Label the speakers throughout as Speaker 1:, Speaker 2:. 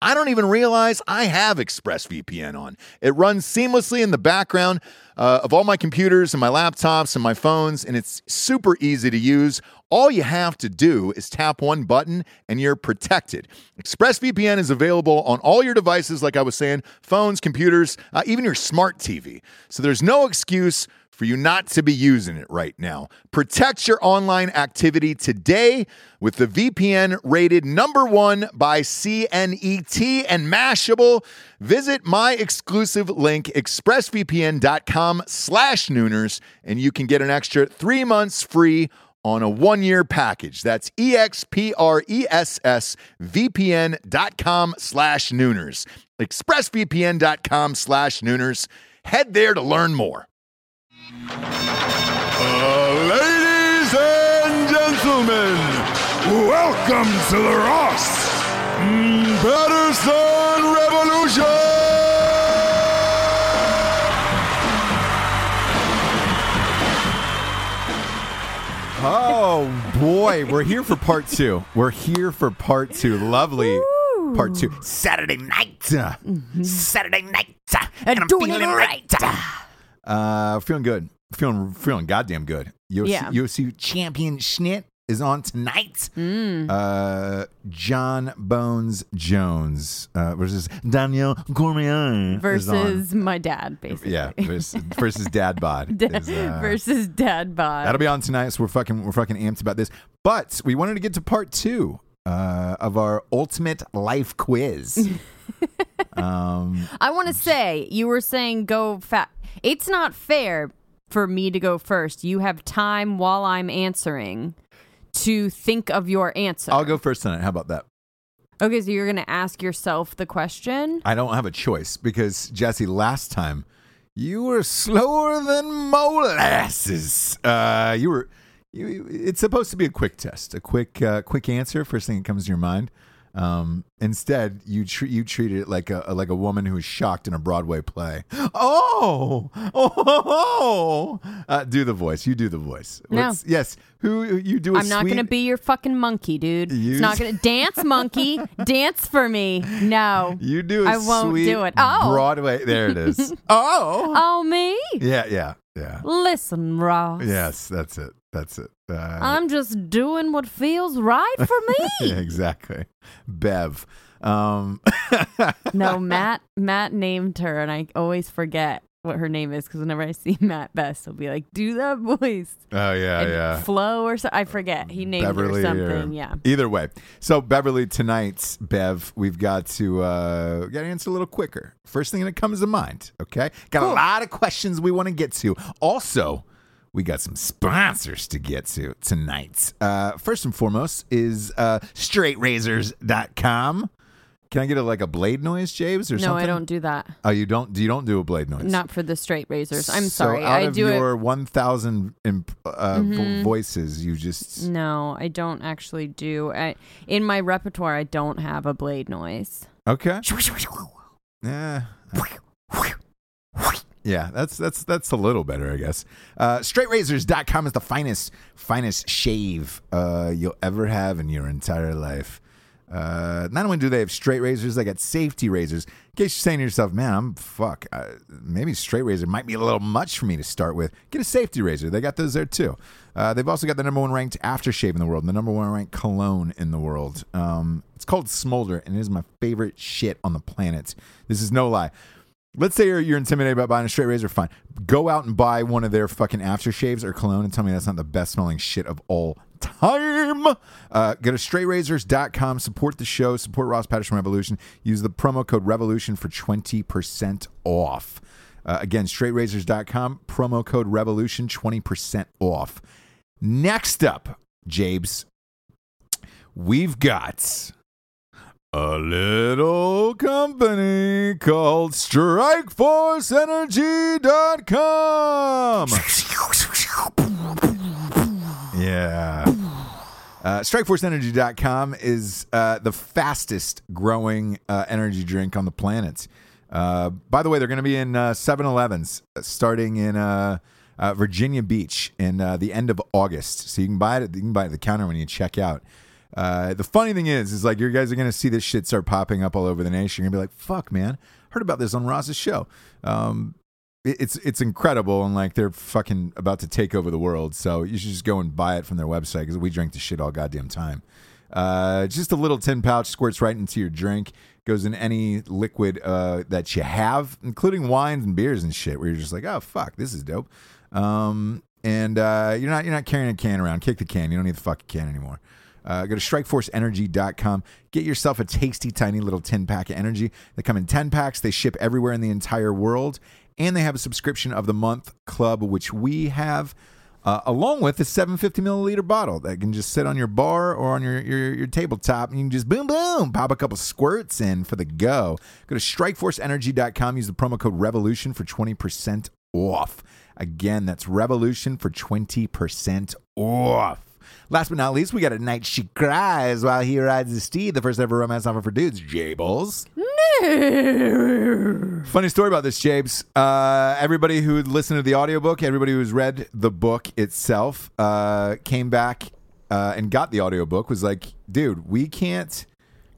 Speaker 1: I don't even realize I have ExpressVPN on. It runs seamlessly in the background uh, of all my computers and my laptops and my phones, and it's super easy to use. All you have to do is tap one button and you're protected. ExpressVPN is available on all your devices, like I was saying phones, computers, uh, even your smart TV. So there's no excuse for you not to be using it right now. Protect your online activity today with the VPN rated number one by CNET and Mashable. Visit my exclusive link, expressvpn.com slash nooners, and you can get an extra three months free on a one-year package. That's E expressvpn.com slash nooners. expressvpn.com slash nooners. Head there to learn more.
Speaker 2: Ladies and gentlemen, welcome to the Ross Patterson Revolution!
Speaker 3: Oh boy, we're here for part two. We're here for part two. Lovely part two. Saturday night. Saturday night. And, I'm
Speaker 4: Mm-hmm. doing it
Speaker 3: feeling
Speaker 4: all
Speaker 3: right. Uh, feeling good. Feeling feeling goddamn good. UFC,
Speaker 4: Yeah.
Speaker 3: UFC champion Schnitt is on tonight.
Speaker 4: Mm.
Speaker 3: Uh, John Bones Jones uh, versus Daniel Cormier is on.
Speaker 4: Versus my dad, basically.
Speaker 3: yeah versus, versus Dad Bod is, uh,
Speaker 4: versus dad bod.
Speaker 3: That'll be on tonight. So we're fucking we're fucking amped about this. But we wanted to get to part two uh, of our ultimate life quiz. um,
Speaker 4: I want to say you were saying go fast. It's not fair for me to go first. You have time while I'm answering to think of your answer.
Speaker 3: I'll go first tonight. How about that?
Speaker 4: okay, so you're going to ask yourself the question.
Speaker 3: I don't have a choice because Jesse, last time you were slower than molasses. Uh, you were. You, it's supposed to be a quick test, a quick, uh, quick answer. First thing that comes to your mind.
Speaker 1: Um, instead, you tr- you treated it like a like a woman who's shocked in a Broadway play. Oh, oh, oh, oh. Uh, do the voice. You do the voice.
Speaker 4: No.
Speaker 1: What's- yes. Who you do? i
Speaker 4: I'm not going to be your fucking monkey, dude.
Speaker 1: You-
Speaker 4: It's not going to dance, monkey. dance for me. No.
Speaker 1: You do. I
Speaker 4: I won't do it. Oh.
Speaker 1: Broadway. There it is. oh.
Speaker 4: Oh, me?
Speaker 1: Yeah. Yeah. Yeah.
Speaker 4: Listen, Ross.
Speaker 1: Yes. That's it. That's it. Uh,
Speaker 4: I'm just doing what feels right for me.
Speaker 1: yeah, exactly. Bev. Um,
Speaker 4: no, Matt. Matt named her, and I always forget what her name is because whenever I see Matt Best, he'll be like, "Do that voice."
Speaker 1: oh yeah.
Speaker 4: and
Speaker 1: yeah.
Speaker 4: Flo or so. I forget. He named
Speaker 1: Beverly
Speaker 4: her something. Yeah.
Speaker 1: Either way. So Beverly tonight's Bev, we've got to uh got to answer a little quicker. First thing that comes to mind, okay? Got a lot of questions we want to get to. Also, we got some sponsors to get to tonight. Uh first and foremost is uh straightrazors.com. Can I get a like a blade noise, James, or
Speaker 4: No,
Speaker 1: something?
Speaker 4: I don't do that.
Speaker 1: Oh, you don't you don't do a blade noise.
Speaker 4: Not for the straight razors. I'm
Speaker 1: So
Speaker 4: sorry.
Speaker 1: Out
Speaker 4: I
Speaker 1: of
Speaker 4: do Mm-hmm.
Speaker 1: your 1,000 imp- uh, vo- voices, you just
Speaker 4: it. No, I don't actually do. I, in my repertoire, I don't have a blade noise.
Speaker 1: Okay. Yeah. Yeah, that's that's that's a little better, I guess. Uh, straightrazors.com is the finest finest shave uh, you'll ever have in your entire life. Uh, not only do they have straight razors, they got safety razors. In case you're saying to yourself, "Man, I'm fuck," uh, maybe straight razor might be a little much for me to start with. Get a safety razor. They got those there too. Uh, they've also got the number one ranked aftershave in the world, and the number one ranked cologne in the world. Um, it's called Smolder, and it is my favorite shit on the planet. This is no lie. Let's say you're, you're intimidated by buying a straight razor, fine. Go out and buy one of their fucking aftershaves or cologne and tell me that's not the best smelling shit of all time. Uh, go to straightrazors.com, support the show, support Ross Patterson Revolution. Use the promo code REVOLUTION for 20% off. Uh, again, straightrazors.com, promo code REVOLUTION, 20% off. Next up, Jabes, we've got a little company called StrikeForceEnergy.com. Yeah. Uh, StrikeForceEnergy.com is uh, the fastest growing uh, energy drink on the planet. Uh, by the way, they're going to be in uh, 7 Elevens starting in uh, uh, Virginia Beach in uh, the end of August. So you can buy it, you can buy it at the counter when you check out. Uh, the funny thing is, is like you guys are gonna see this shit start popping up all over the nation. You're gonna be like, "Fuck, man, heard about this on Ross's show." Um, it- it's it's incredible, and like they're fucking about to take over the world. So you should just go and buy it from their website because we drink this shit all goddamn time. Uh, just a little tin pouch squirts right into your drink, goes in any liquid uh, that you have, including wines and beers and shit. Where you're just like, "Oh fuck, this is dope." Um, and uh, you're not you're not carrying a can around. Kick the can. You don't need the fucking can anymore. Uh, go to strikeforceenergy.com. Get yourself a tasty, tiny little 10 pack of energy. They come in 10 packs, they ship everywhere in the entire world. And they have a subscription of the month club, which we have, uh, along with a 750 milliliter bottle that can just sit on your bar or on your, your, your tabletop. And you can just boom, boom, pop a couple squirts in for the go. Go to strikeforceenergy.com. Use the promo code REVOLUTION for 20% off. Again, that's REVOLUTION for 20% off. Last but not least, we got a night she cries while he rides his steed, the first ever romance novel for dudes, Jables. Funny story about this, Jabes. Uh, everybody who had listened to the audiobook, everybody who's read the book itself, uh, came back uh, and got the audiobook, was like, dude, we can't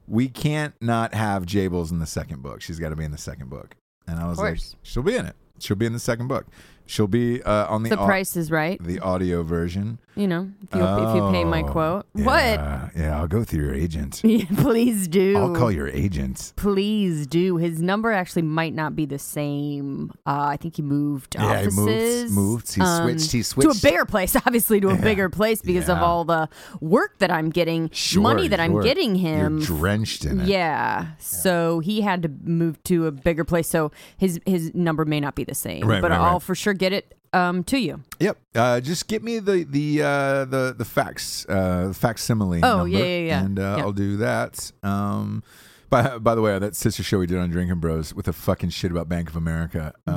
Speaker 1: we can't not have Jables in the second book. She's got to be in the second book. And I was like,
Speaker 4: course.
Speaker 1: she'll be in it. She'll be in the second book. She'll be uh, on the
Speaker 4: The
Speaker 1: au-
Speaker 4: price is right.
Speaker 1: the audio version.
Speaker 4: You know, if you, if you pay my
Speaker 1: Oh,
Speaker 4: quote. What?
Speaker 1: Yeah, yeah, I'll go through your agent.
Speaker 4: Yeah, please do.
Speaker 1: I'll call your agent.
Speaker 4: Please do. His number actually might not be the same. Uh, I think he moved
Speaker 1: Yeah, he
Speaker 4: offices.
Speaker 1: moved-
Speaker 4: um,
Speaker 1: moved. He switched, he
Speaker 4: to
Speaker 1: switched.
Speaker 4: a bigger place, obviously to a bigger place because of
Speaker 1: Yeah.
Speaker 4: all the work that I'm getting,
Speaker 1: Sure,
Speaker 4: money that I'm
Speaker 1: sure.
Speaker 4: getting him.
Speaker 1: You're drenched in it.
Speaker 4: yeah. So he had to move to a bigger place. So his his number may not be the same,
Speaker 1: Right,
Speaker 4: but
Speaker 1: right,
Speaker 4: I'll
Speaker 1: right.
Speaker 4: for sure get it um, to you.
Speaker 1: Yep. Uh, just get me the the uh, the the facts uh, the facsimile.
Speaker 4: Oh,
Speaker 1: number,
Speaker 4: yeah, yeah, yeah.
Speaker 1: And uh,
Speaker 4: Yeah.
Speaker 1: I'll do that. Um, by by the way, that sister show we did on Drinking Bros with the fucking shit about Bank of America. Uh,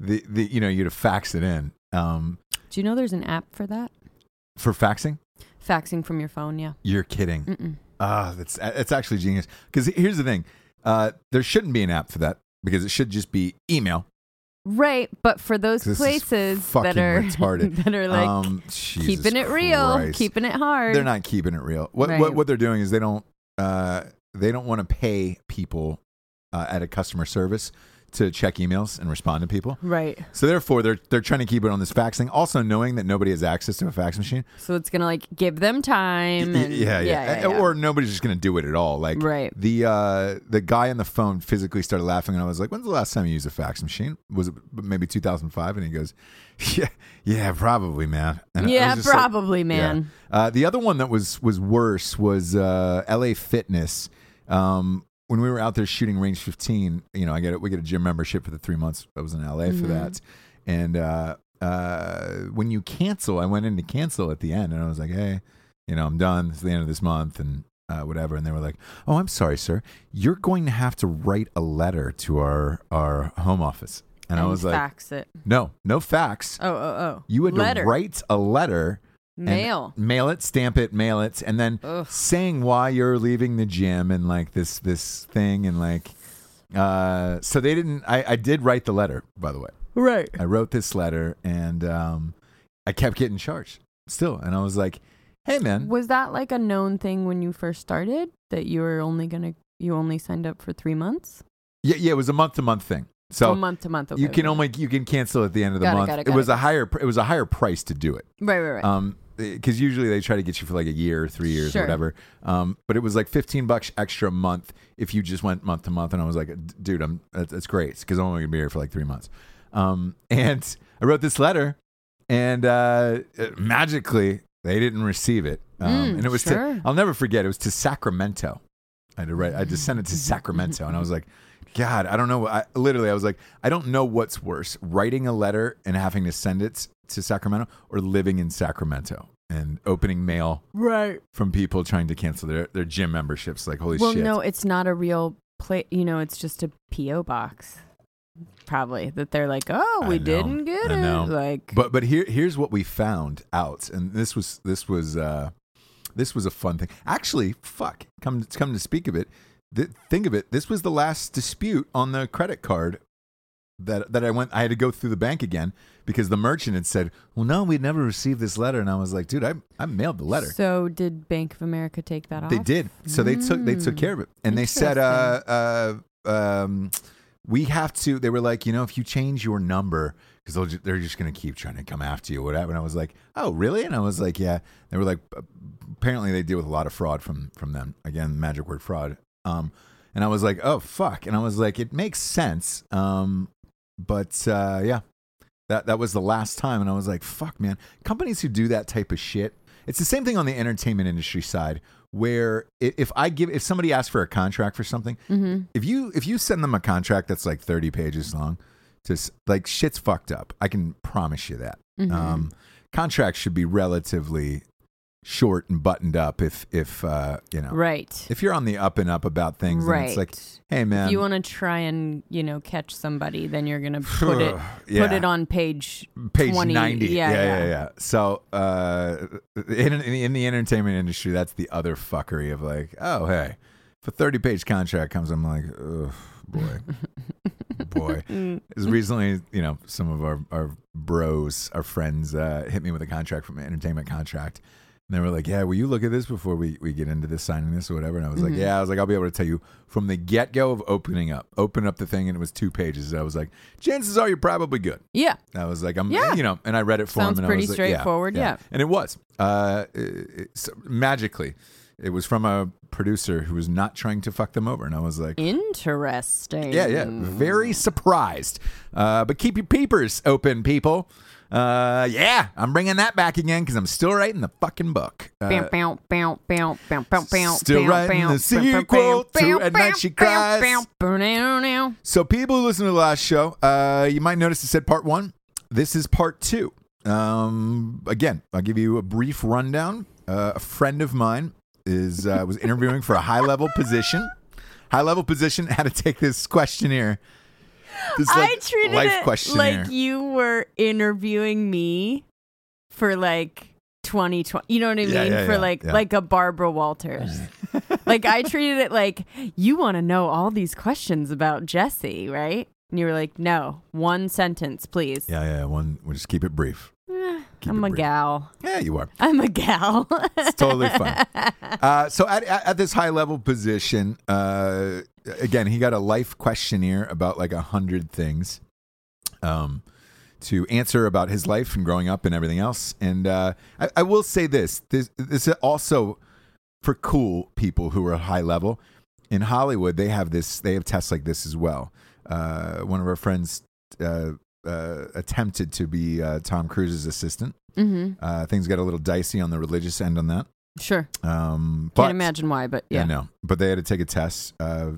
Speaker 4: Mm-hmm.
Speaker 1: the the you know you'd have faxed it in um,
Speaker 4: Do you know there's an app for that?
Speaker 1: for faxing.
Speaker 4: Faxing from your phone, yeah.
Speaker 1: You're kidding.
Speaker 4: Mm-mm.
Speaker 1: Ah, that's that's actually genius. Because here's the thing, uh, there shouldn't be an app for that because it should just be email.
Speaker 4: Right, but for those
Speaker 1: This is
Speaker 4: places
Speaker 1: fucking
Speaker 4: that are
Speaker 1: retarded. Um,
Speaker 4: that are like
Speaker 1: Jesus
Speaker 4: keeping it real,
Speaker 1: Christ.
Speaker 4: keeping it hard.
Speaker 1: They're not keeping it real. What
Speaker 4: Right.
Speaker 1: what what they're doing is they don't uh, they don't want to pay people uh, at a customer service to check emails and respond to people.
Speaker 4: right.
Speaker 1: So therefore, they're they're trying to keep it on this fax thing. Also, knowing that nobody has access to a fax machine.
Speaker 4: So it's gonna like give them time.
Speaker 1: Y-
Speaker 4: And,
Speaker 1: yeah, yeah,
Speaker 4: yeah, yeah.
Speaker 1: Or nobody's just gonna do it at all. Like
Speaker 4: Right.
Speaker 1: the uh, the guy on the phone physically started laughing, and I was like, "When's the last time you used a fax machine? Was it maybe 2005?" And he goes, "Yeah, yeah, probably, man." And I
Speaker 4: Yeah,
Speaker 1: was just like,
Speaker 4: probably, man.
Speaker 1: yeah. Uh, the other one that was was worse was uh, LA Fitness. Um, when we were out there shooting Range 15, you know, I get it. We get a gym membership for the three months I was in LA for that. And uh, uh, when you cancel, I went in to cancel at the end, and I was like, hey, you know, I'm done. It's the end of this month, and uh, whatever. And they were like, oh, I'm sorry, sir. You're going to have to write a letter to our our home office. And, I
Speaker 4: And
Speaker 1: was like,
Speaker 4: fax it.
Speaker 1: no, no fax.
Speaker 4: Oh, oh, oh.
Speaker 1: You had
Speaker 4: letter,
Speaker 1: to write a letter and
Speaker 4: mail.
Speaker 1: mail it, stamp it, mail it, and then
Speaker 4: Ugh.
Speaker 1: saying why you're leaving the gym and like this this thing and like. Uh, so they didn't. I, I did write the letter, by the way.
Speaker 4: Right.
Speaker 1: I wrote this letter and um, I kept getting charged still, and I was like, "Hey, man,
Speaker 4: Was that like a known thing when you first started that you were only gonna you only signed up for three months?
Speaker 1: yeah, yeah." It was a month to month thing,
Speaker 4: So
Speaker 1: so
Speaker 4: month to month. Okay.
Speaker 1: you can only you can cancel at the end of the
Speaker 4: Got it,
Speaker 1: month.
Speaker 4: got it, got
Speaker 1: was
Speaker 4: it.
Speaker 1: a higher pr- it was a higher price to do it.
Speaker 4: right, right, right.
Speaker 1: Um, because usually they try to get you for like a year, three years,
Speaker 4: Sure.
Speaker 1: or whatever. Um, but it was like fifteen bucks extra a month if you just went month to month. And I was like, dude, I'm that's, that's great because I'm only gonna be here for like three months. Um, and I wrote this letter, and uh, it- magically they didn't receive it. Um,
Speaker 4: Mm,
Speaker 1: and it was
Speaker 4: sure.
Speaker 1: to I'll never forget. It was to Sacramento. I had to write. I just sent it to Sacramento, and I was like. God, I don't know. I, literally, I was like, I don't know what's worse: writing a letter and having to send it to Sacramento, or living in Sacramento and opening mail
Speaker 4: right.
Speaker 1: from people trying to cancel their, their gym memberships. Like, holy
Speaker 4: Well,
Speaker 1: shit!
Speaker 4: no, it's not a real play. You know, it's just a PO box, probably that they're like, oh,
Speaker 1: I
Speaker 4: we
Speaker 1: know,
Speaker 4: didn't get
Speaker 1: I know.
Speaker 4: it. Like,
Speaker 1: But but here here's what we found out, and this was this was uh, this was a fun thing. Actually, fuck, come come to speak of it, th- think of it. This was the last dispute on the credit card that that I went. I had to go through the bank again because the merchant had said, "Well, no, we never received this letter," and I was like, "Dude, I I mailed the letter."
Speaker 4: So did Bank of America take that off?
Speaker 1: They did. So they took they took
Speaker 4: Mm.
Speaker 1: care of it, and they said, uh,
Speaker 4: Interesting.
Speaker 1: uh, um, "We have to." They were like, you know, if you change your number, because ju- they're just going to keep trying to come after you, whatever. And I was like, "Oh, really?" And I was like, "Yeah." They were like, "Ap- apparently they deal with a lot of fraud from from them. Again, magic word fraud. Um, and I was like, "Oh, fuck!" And I was like, "It makes sense." Um, but uh, yeah, that that was the last time, and I was like, "Fuck, man!" Companies who do that type of shit. It's the same thing on the entertainment industry side, where i- if I give if somebody asks for a contract for something,
Speaker 4: Mm-hmm.
Speaker 1: if you if you send them a contract that's like thirty pages long, just like shit's fucked up. I can promise you that.
Speaker 4: Mm-hmm.
Speaker 1: Um, contracts should be relatively short and buttoned up. If if uh, you know,
Speaker 4: Right.
Speaker 1: if you're on the up and up about things, then
Speaker 4: right.
Speaker 1: it's like, um, hey man,
Speaker 4: if you want to try and you know catch somebody, then you're gonna put it put
Speaker 1: Yeah.
Speaker 4: it on page
Speaker 1: page
Speaker 4: 20.
Speaker 1: 90
Speaker 4: Yeah,
Speaker 1: yeah,
Speaker 4: yeah.
Speaker 1: so uh in, in, the- in the entertainment industry that's the other fuckery of like oh hey if a 30 page contract comes i'm like oh boy boy as recently you know some of our our bros our friends uh hit me with a contract from an entertainment contract and they were like, "Yeah, will you look at this before we, we get into this signing this or whatever?" And I was like, "Yeah." I was like, "I'll be able to tell you from the get go of opening up, open up the thing, and it was two pages." I was like, "Chances are you're probably good."
Speaker 4: Yeah.
Speaker 1: I was like, I'm,
Speaker 4: Yeah.
Speaker 1: you know, and I read it for
Speaker 4: Sounds
Speaker 1: him. And
Speaker 4: pretty
Speaker 1: I was like, yeah,
Speaker 4: straightforward, yeah.
Speaker 1: And it was. Uh, it- it- so- magically, it was from a producer who was not trying to fuck them over. And I was like,
Speaker 4: Interesting.
Speaker 1: yeah, yeah,
Speaker 4: Mm.
Speaker 1: very surprised. Uh, but keep your peepers open, people. Uh, yeah, I'm bringing that back again because I'm still writing the fucking book. Uh,
Speaker 4: Bow, bow, bow, bow, bow, bow, bow,
Speaker 1: Still
Speaker 4: bow,
Speaker 1: writing
Speaker 4: bow,
Speaker 1: the
Speaker 4: bow,
Speaker 1: sequel
Speaker 4: bow,
Speaker 1: to
Speaker 4: bow,
Speaker 1: At
Speaker 4: bow,
Speaker 1: Night She
Speaker 4: bow,
Speaker 1: Cries.
Speaker 4: bow, bow, now, now.
Speaker 1: So, people who listened to the last show, uh, you might notice it said part one. This is part two. Um, again, I'll give you a brief rundown. Uh, a friend of mine is uh, was interviewing for a high level position. High level position had to take this questionnaire. This
Speaker 4: I
Speaker 1: like,
Speaker 4: treated
Speaker 1: life
Speaker 4: it
Speaker 1: questionnaire.
Speaker 4: like you were interviewing me for like 2020. You know what I mean?
Speaker 1: Yeah, yeah,
Speaker 4: For
Speaker 1: yeah,
Speaker 4: like
Speaker 1: yeah. Mm-hmm.
Speaker 4: like a Barbara Walters. like I treated it like you want to know all these questions about Jesse, right? And you were like, no, one sentence, please.
Speaker 1: Yeah, yeah. One, we'll just keep it brief.
Speaker 4: Eh,
Speaker 1: Keep
Speaker 4: I'm
Speaker 1: it
Speaker 4: a
Speaker 1: brief.
Speaker 4: gal.
Speaker 1: Yeah, you are.
Speaker 4: I'm a gal.
Speaker 1: It's totally fun. Uh, so at, at, at this high level position, uh, again, he got a life questionnaire about like a hundred things, um, to answer about his life and growing up and everything else. And uh, I, I will say this: this this is also for cool people who are high level in Hollywood. They have this. They have tests like this as well. Uh, one of our friends. Uh, uh, attempted to be uh, Tom Cruise's assistant.
Speaker 4: hmm
Speaker 1: Uh, things got a little dicey on the religious end on that.
Speaker 4: Sure.
Speaker 1: Um, but,
Speaker 4: Can't imagine why, but yeah,
Speaker 1: I know. But they had to take a test, uh,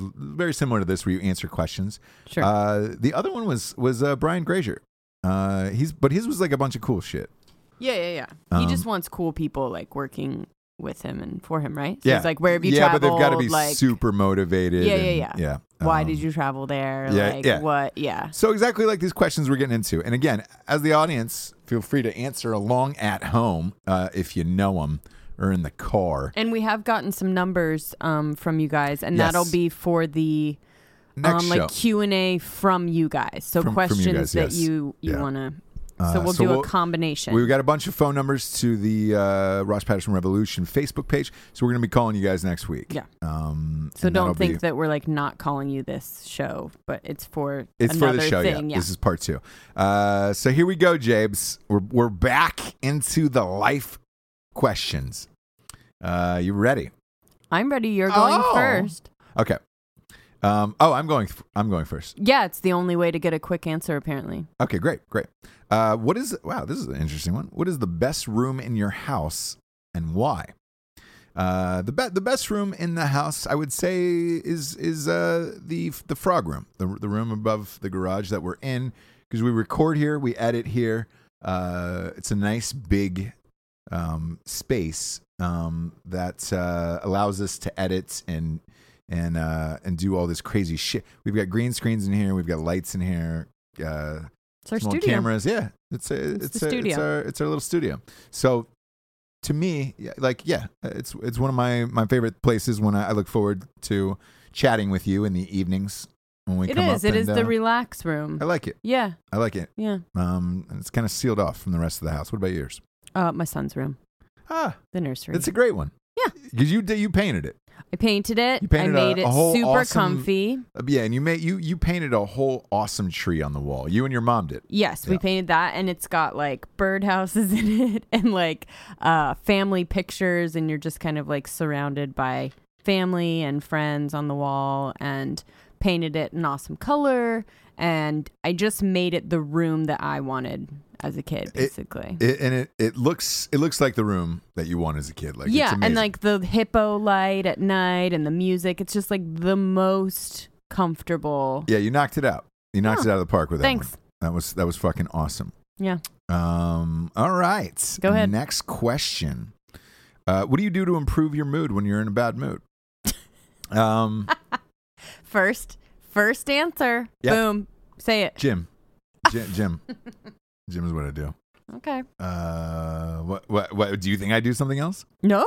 Speaker 1: l- very similar to this, where you answer questions.
Speaker 4: sure.
Speaker 1: Uh, the other one was was uh, Brian Grazer. Uh, he's but his was like a bunch of cool shit.
Speaker 4: yeah, yeah, yeah. he
Speaker 1: um,
Speaker 4: just wants cool people like working with him and for him, right? So
Speaker 1: yeah,
Speaker 4: He's like, where have you
Speaker 1: yeah,
Speaker 4: traveled?
Speaker 1: but they've got to be
Speaker 4: like,
Speaker 1: super motivated.
Speaker 4: Yeah, yeah,
Speaker 1: and-
Speaker 4: yeah.
Speaker 1: yeah.
Speaker 4: why
Speaker 1: Um,
Speaker 4: did you travel there?
Speaker 1: yeah,
Speaker 4: like,
Speaker 1: yeah.
Speaker 4: what? Yeah.
Speaker 1: So exactly like these questions we're getting into, and again, as the audience, feel free to answer along at home uh, if you know them or in the car.
Speaker 4: And we have gotten some numbers um, from you guys, and
Speaker 1: Yes.
Speaker 4: that'll be for the
Speaker 1: Next
Speaker 4: um,
Speaker 1: show.
Speaker 4: like Q and A from you guys. So
Speaker 1: From- from you
Speaker 4: questions
Speaker 1: guys,
Speaker 4: that
Speaker 1: yes.
Speaker 4: you you
Speaker 1: Yeah.
Speaker 4: want to.
Speaker 1: Uh,
Speaker 4: so we'll
Speaker 1: so
Speaker 4: do
Speaker 1: we'll-
Speaker 4: a combination.
Speaker 1: We've got a bunch of phone numbers to the uh, Ross Patterson Revolution Facebook page, so we're going to be calling you guys next week.
Speaker 4: Yeah.
Speaker 1: Um,
Speaker 4: so
Speaker 1: and that'll
Speaker 4: don't think
Speaker 1: be-
Speaker 4: that we're like not calling you this show, but it's for
Speaker 1: it's for
Speaker 4: another
Speaker 1: the show.
Speaker 4: thing.
Speaker 1: yeah.
Speaker 4: Yeah.
Speaker 1: this is part two. Uh, so here we go, Jabes. We're we're back into the life questions. Uh, you ready?
Speaker 4: I'm ready. You're going
Speaker 1: Oh.
Speaker 4: first.
Speaker 1: Okay. Um, oh, I'm going. I'm going first.
Speaker 4: Yeah, it's the only way to get a quick answer. Apparently,
Speaker 1: Okay, great, great. Uh, what is wow? This is an interesting one. What is the best room in your house and why? Uh, the be- the best room in the house, I would say, is is uh, the the frog room, the the room above the garage that we're in, because we record here, we edit here. Uh, it's a nice big um, space um, that uh, allows us to edit and and uh, and do all this crazy shit. We've got green screens in here, we've got lights in here. Uh,
Speaker 4: it's our
Speaker 1: small
Speaker 4: studio.
Speaker 1: cameras. Yeah, it's a, it's,
Speaker 4: It's
Speaker 1: a, it's
Speaker 4: the studio.
Speaker 1: our it's our little studio. So to me, yeah, like yeah, it's it's one of my my favorite places when I, I look forward to chatting with you in the evenings when we
Speaker 4: It
Speaker 1: come
Speaker 4: is.
Speaker 1: up.
Speaker 4: It is
Speaker 1: and,
Speaker 4: the
Speaker 1: uh,
Speaker 4: relax room.
Speaker 1: I like it.
Speaker 4: yeah,
Speaker 1: I like it.
Speaker 4: yeah.
Speaker 1: Um, and it's kind of sealed off from the rest of the house. What about yours?
Speaker 4: Uh, my son's room,
Speaker 1: Ah,
Speaker 4: the nursery.
Speaker 1: it's a great one.
Speaker 4: Yeah.
Speaker 1: because you you painted it.
Speaker 4: I painted it.
Speaker 1: You painted a-
Speaker 4: I made
Speaker 1: a whole
Speaker 4: it super
Speaker 1: awesome-
Speaker 4: comfy.
Speaker 1: Uh, Yeah, and you made you you painted a whole awesome tree on the wall. You and your mom did.
Speaker 4: Yes, we
Speaker 1: Yeah.
Speaker 4: painted that, and it's got like birdhouses in it, and like uh, family pictures, and you're just kind of like surrounded by family and friends on the wall, and painted it an awesome color, and I just made it the room that I wanted as a kid, basically.
Speaker 1: It, and it, it looks it looks like the room that you want as a kid. Like it's
Speaker 4: yeah, and
Speaker 1: amazing.
Speaker 4: like the hippo light at night, and the music. It's just like the most comfortable.
Speaker 1: Yeah, you knocked it out. You knocked
Speaker 4: Huh.
Speaker 1: it out of the park with that
Speaker 4: Oh, Thanks.
Speaker 1: one. That was that was fucking awesome.
Speaker 4: Yeah.
Speaker 1: Um. All right.
Speaker 4: Go ahead.
Speaker 1: Next question. Uh, what do you do to improve your mood when you're in a bad mood? um,
Speaker 4: First, first answer.
Speaker 1: Yep.
Speaker 4: Boom. Say it.
Speaker 1: Jim. Jim. Jim. Jim is what I do.
Speaker 4: Okay.
Speaker 1: Uh, what, what, what, do you think I do something else?
Speaker 4: No,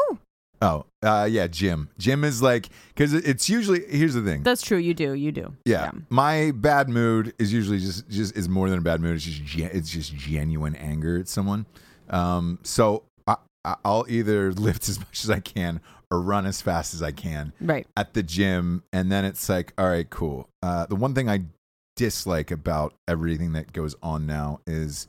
Speaker 1: Oh, uh, yeah, Jim. Jim is like, because it's usually, here's the thing.
Speaker 4: that's true. You do. You do.
Speaker 1: Yeah. My bad mood is usually just just is more than a bad mood. It's just gen- it's just genuine anger at someone. Um, so I, I- I'll either lift as much as I can or run as fast as I can
Speaker 4: Right.
Speaker 1: at the gym, and then it's like, all right, cool. Uh, the one thing I dislike about everything that goes on now is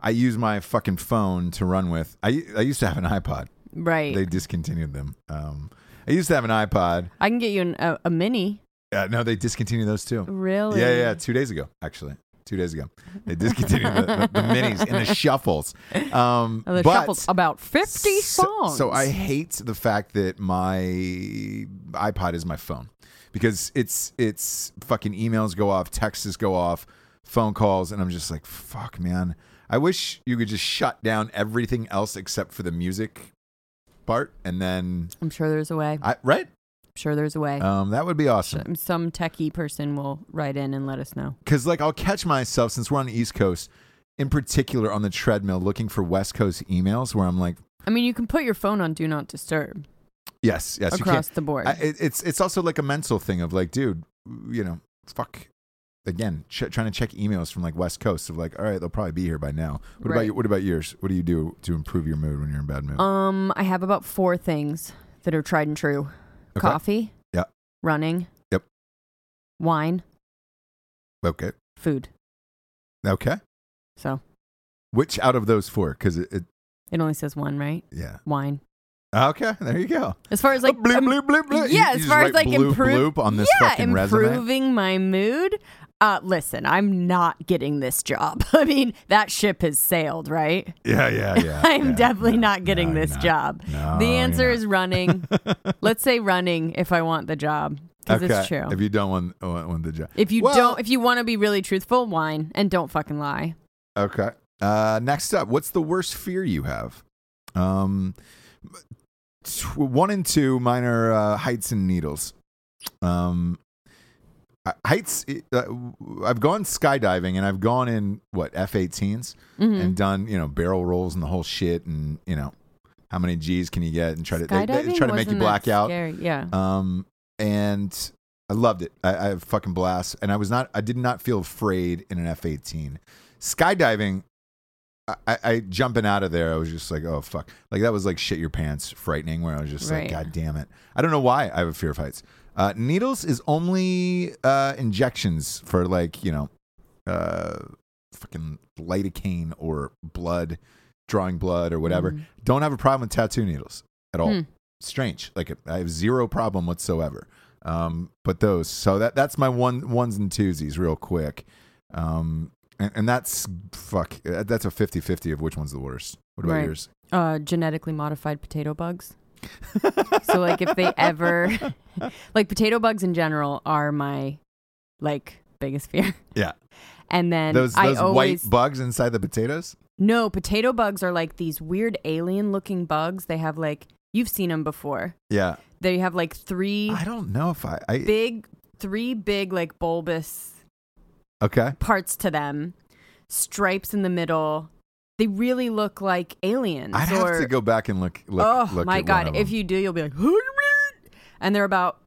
Speaker 1: I use my fucking phone to run with. I I used to have an iPod.
Speaker 4: Right.
Speaker 1: They discontinued them. Um, I used to have an iPod.
Speaker 4: I can get you an, a, a mini.
Speaker 1: Uh, no, they discontinued those too.
Speaker 4: Really?
Speaker 1: Yeah, yeah, two days ago, actually. Two days ago. They discontinued the, the, the minis and the shuffles. Um,
Speaker 4: Oh, the
Speaker 1: but
Speaker 4: shuffles about 50
Speaker 1: so-
Speaker 4: songs.
Speaker 1: So I hate the fact that my iPod is my phone because it's it's fucking emails go off, texts go off, phone calls, and I'm just like, fuck, man. I wish you could just shut down everything else except for the music part, and then
Speaker 4: I'm sure there's a way. I'm
Speaker 1: I right.
Speaker 4: sure there's a way.
Speaker 1: Um, that would be awesome.
Speaker 4: Some- Some techie person will write in and let us know.
Speaker 1: because like I'll catch myself since we're on the East Coast in particular on the treadmill looking for West Coast emails where I'm like,
Speaker 4: I mean, you can put your phone on do not disturb
Speaker 1: yes, yes, you can't.
Speaker 4: across the board.
Speaker 1: I, it, it's it's also like a mental thing of like, dude, you know, fuck. Again, ch- trying to check emails from like West Coast of like, all right, they'll probably be here by now. What about
Speaker 4: Right.
Speaker 1: you? What about yours? What do you do to improve your mood when you're in a bad mood?
Speaker 4: um, I have about four things that are tried and true:
Speaker 1: Okay.
Speaker 4: coffee,
Speaker 1: Yeah.
Speaker 4: running,
Speaker 1: Yep.
Speaker 4: wine,
Speaker 1: okay,
Speaker 4: food.
Speaker 1: okay.
Speaker 4: So
Speaker 1: Which out of those four? Because it, it,
Speaker 4: it only says one, right?
Speaker 1: yeah.
Speaker 4: Wine.
Speaker 1: Okay, there you go.
Speaker 4: As far as like
Speaker 1: bloop,
Speaker 4: um,
Speaker 1: bloop, bloop, bloop.
Speaker 4: Yeah,
Speaker 1: You- you
Speaker 4: as far
Speaker 1: just write
Speaker 4: as like
Speaker 1: bloop,
Speaker 4: improve
Speaker 1: bloop on this
Speaker 4: yeah,
Speaker 1: fucking resume.
Speaker 4: improving my mood. Uh, listen, I'm not getting this job. I mean, that ship has sailed, right?
Speaker 1: Yeah, yeah, yeah.
Speaker 4: I'm
Speaker 1: yeah.
Speaker 4: definitely
Speaker 1: No,
Speaker 4: not getting
Speaker 1: no, you're
Speaker 4: this
Speaker 1: not.
Speaker 4: job.
Speaker 1: No,
Speaker 4: the
Speaker 1: you're
Speaker 4: answer
Speaker 1: not.
Speaker 4: is running. Let's say running if I want the job because
Speaker 1: okay.
Speaker 4: it's true.
Speaker 1: If you don't want, want, want the job,
Speaker 4: If you
Speaker 1: Well-
Speaker 4: don't, if you want to be really truthful, wine and don't fucking lie.
Speaker 1: Okay. Uh, next up, what's the worst fear you have? Um, tw- one and two, mine are uh, heights and needles. Um, I- heights. it- Uh, I've gone skydiving and I've gone in what F-18s
Speaker 4: Hmm. Mm-hmm.
Speaker 1: and done you know barrel rolls and the whole shit and you know how many G's can you get and try to they, they
Speaker 4: Skydiving
Speaker 1: try to make you
Speaker 4: wasn't that
Speaker 1: black out.
Speaker 4: Scary. Yeah.
Speaker 1: Um, and I loved it. I, I had a fucking blast. And I was not, I did not feel afraid in an F 18. Skydiving, I, I, I jumping out of there, I was just like, oh, fuck. Like that was like shit your pants frightening, where I was just like,
Speaker 4: Right.
Speaker 1: God damn it. I don't know why I have a fear of heights. Uh, needles is only uh, injections for like, you know, uh, fucking lidocaine or blood, drawing blood or whatever.
Speaker 4: Mm.
Speaker 1: Don't have a problem with tattoo needles at all
Speaker 4: Hmm.
Speaker 1: strange. Like I have zero problem whatsoever. Um, but those, so that that's my one ones and twosies real quick. Um, and, and that's fuck. uh, That's a 50-50 of which one's the worst. What about
Speaker 4: Right.
Speaker 1: yours?
Speaker 4: uh, genetically modified potato bugs. so like if they ever like potato bugs in general are my like biggest fear.
Speaker 1: Yeah.
Speaker 4: And then
Speaker 1: those
Speaker 4: I
Speaker 1: those
Speaker 4: always
Speaker 1: white bugs inside the potatoes.
Speaker 4: No, potato bugs are like these weird alien looking bugs. They have like you've seen them before.
Speaker 1: Yeah,
Speaker 4: They have like three
Speaker 1: I don't know if I. I
Speaker 4: big three big like bulbous
Speaker 1: okay.
Speaker 4: parts to them. Stripes in the middle. They really look like aliens.
Speaker 1: I'd
Speaker 4: or-
Speaker 1: have to go back and look. look
Speaker 4: oh
Speaker 1: look
Speaker 4: my
Speaker 1: at
Speaker 4: god!
Speaker 1: One of
Speaker 4: If
Speaker 1: them.
Speaker 4: you do, you'll be like, and they're about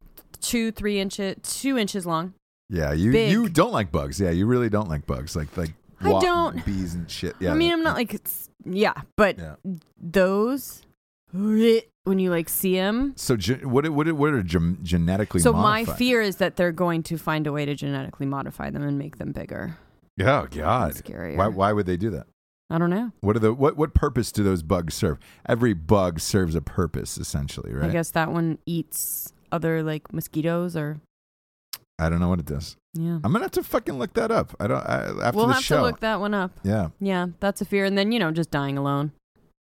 Speaker 4: two, three inches, two inches long.
Speaker 1: yeah, you
Speaker 4: big-
Speaker 1: you don't like bugs. Yeah, you really don't like bugs. Like like
Speaker 4: I
Speaker 1: wa-
Speaker 4: don't.
Speaker 1: bees and shit. Yeah,
Speaker 4: I mean,
Speaker 1: that-
Speaker 4: I'm not like it's yeah, but
Speaker 1: Yeah.
Speaker 4: those when you like see them.
Speaker 1: So ge- what what what are gen- genetically?
Speaker 4: So my
Speaker 1: modified?
Speaker 4: fear is that they're going to find a way to genetically modify them and make them bigger.
Speaker 1: Oh God!
Speaker 4: scarier.
Speaker 1: Why? Why would they do that?
Speaker 4: I don't know.
Speaker 1: What are the what? What purpose do those bugs serve? Every bug serves a purpose, essentially, right?
Speaker 4: I guess that one eats other like mosquitoes or
Speaker 1: I don't know what it does.
Speaker 4: yeah.
Speaker 1: I'm gonna have to fucking look that up. I don't. I, after
Speaker 4: we'll
Speaker 1: the
Speaker 4: have
Speaker 1: show,
Speaker 4: to look that one up.
Speaker 1: yeah.
Speaker 4: Yeah, that's a fear, and then you know, just dying alone.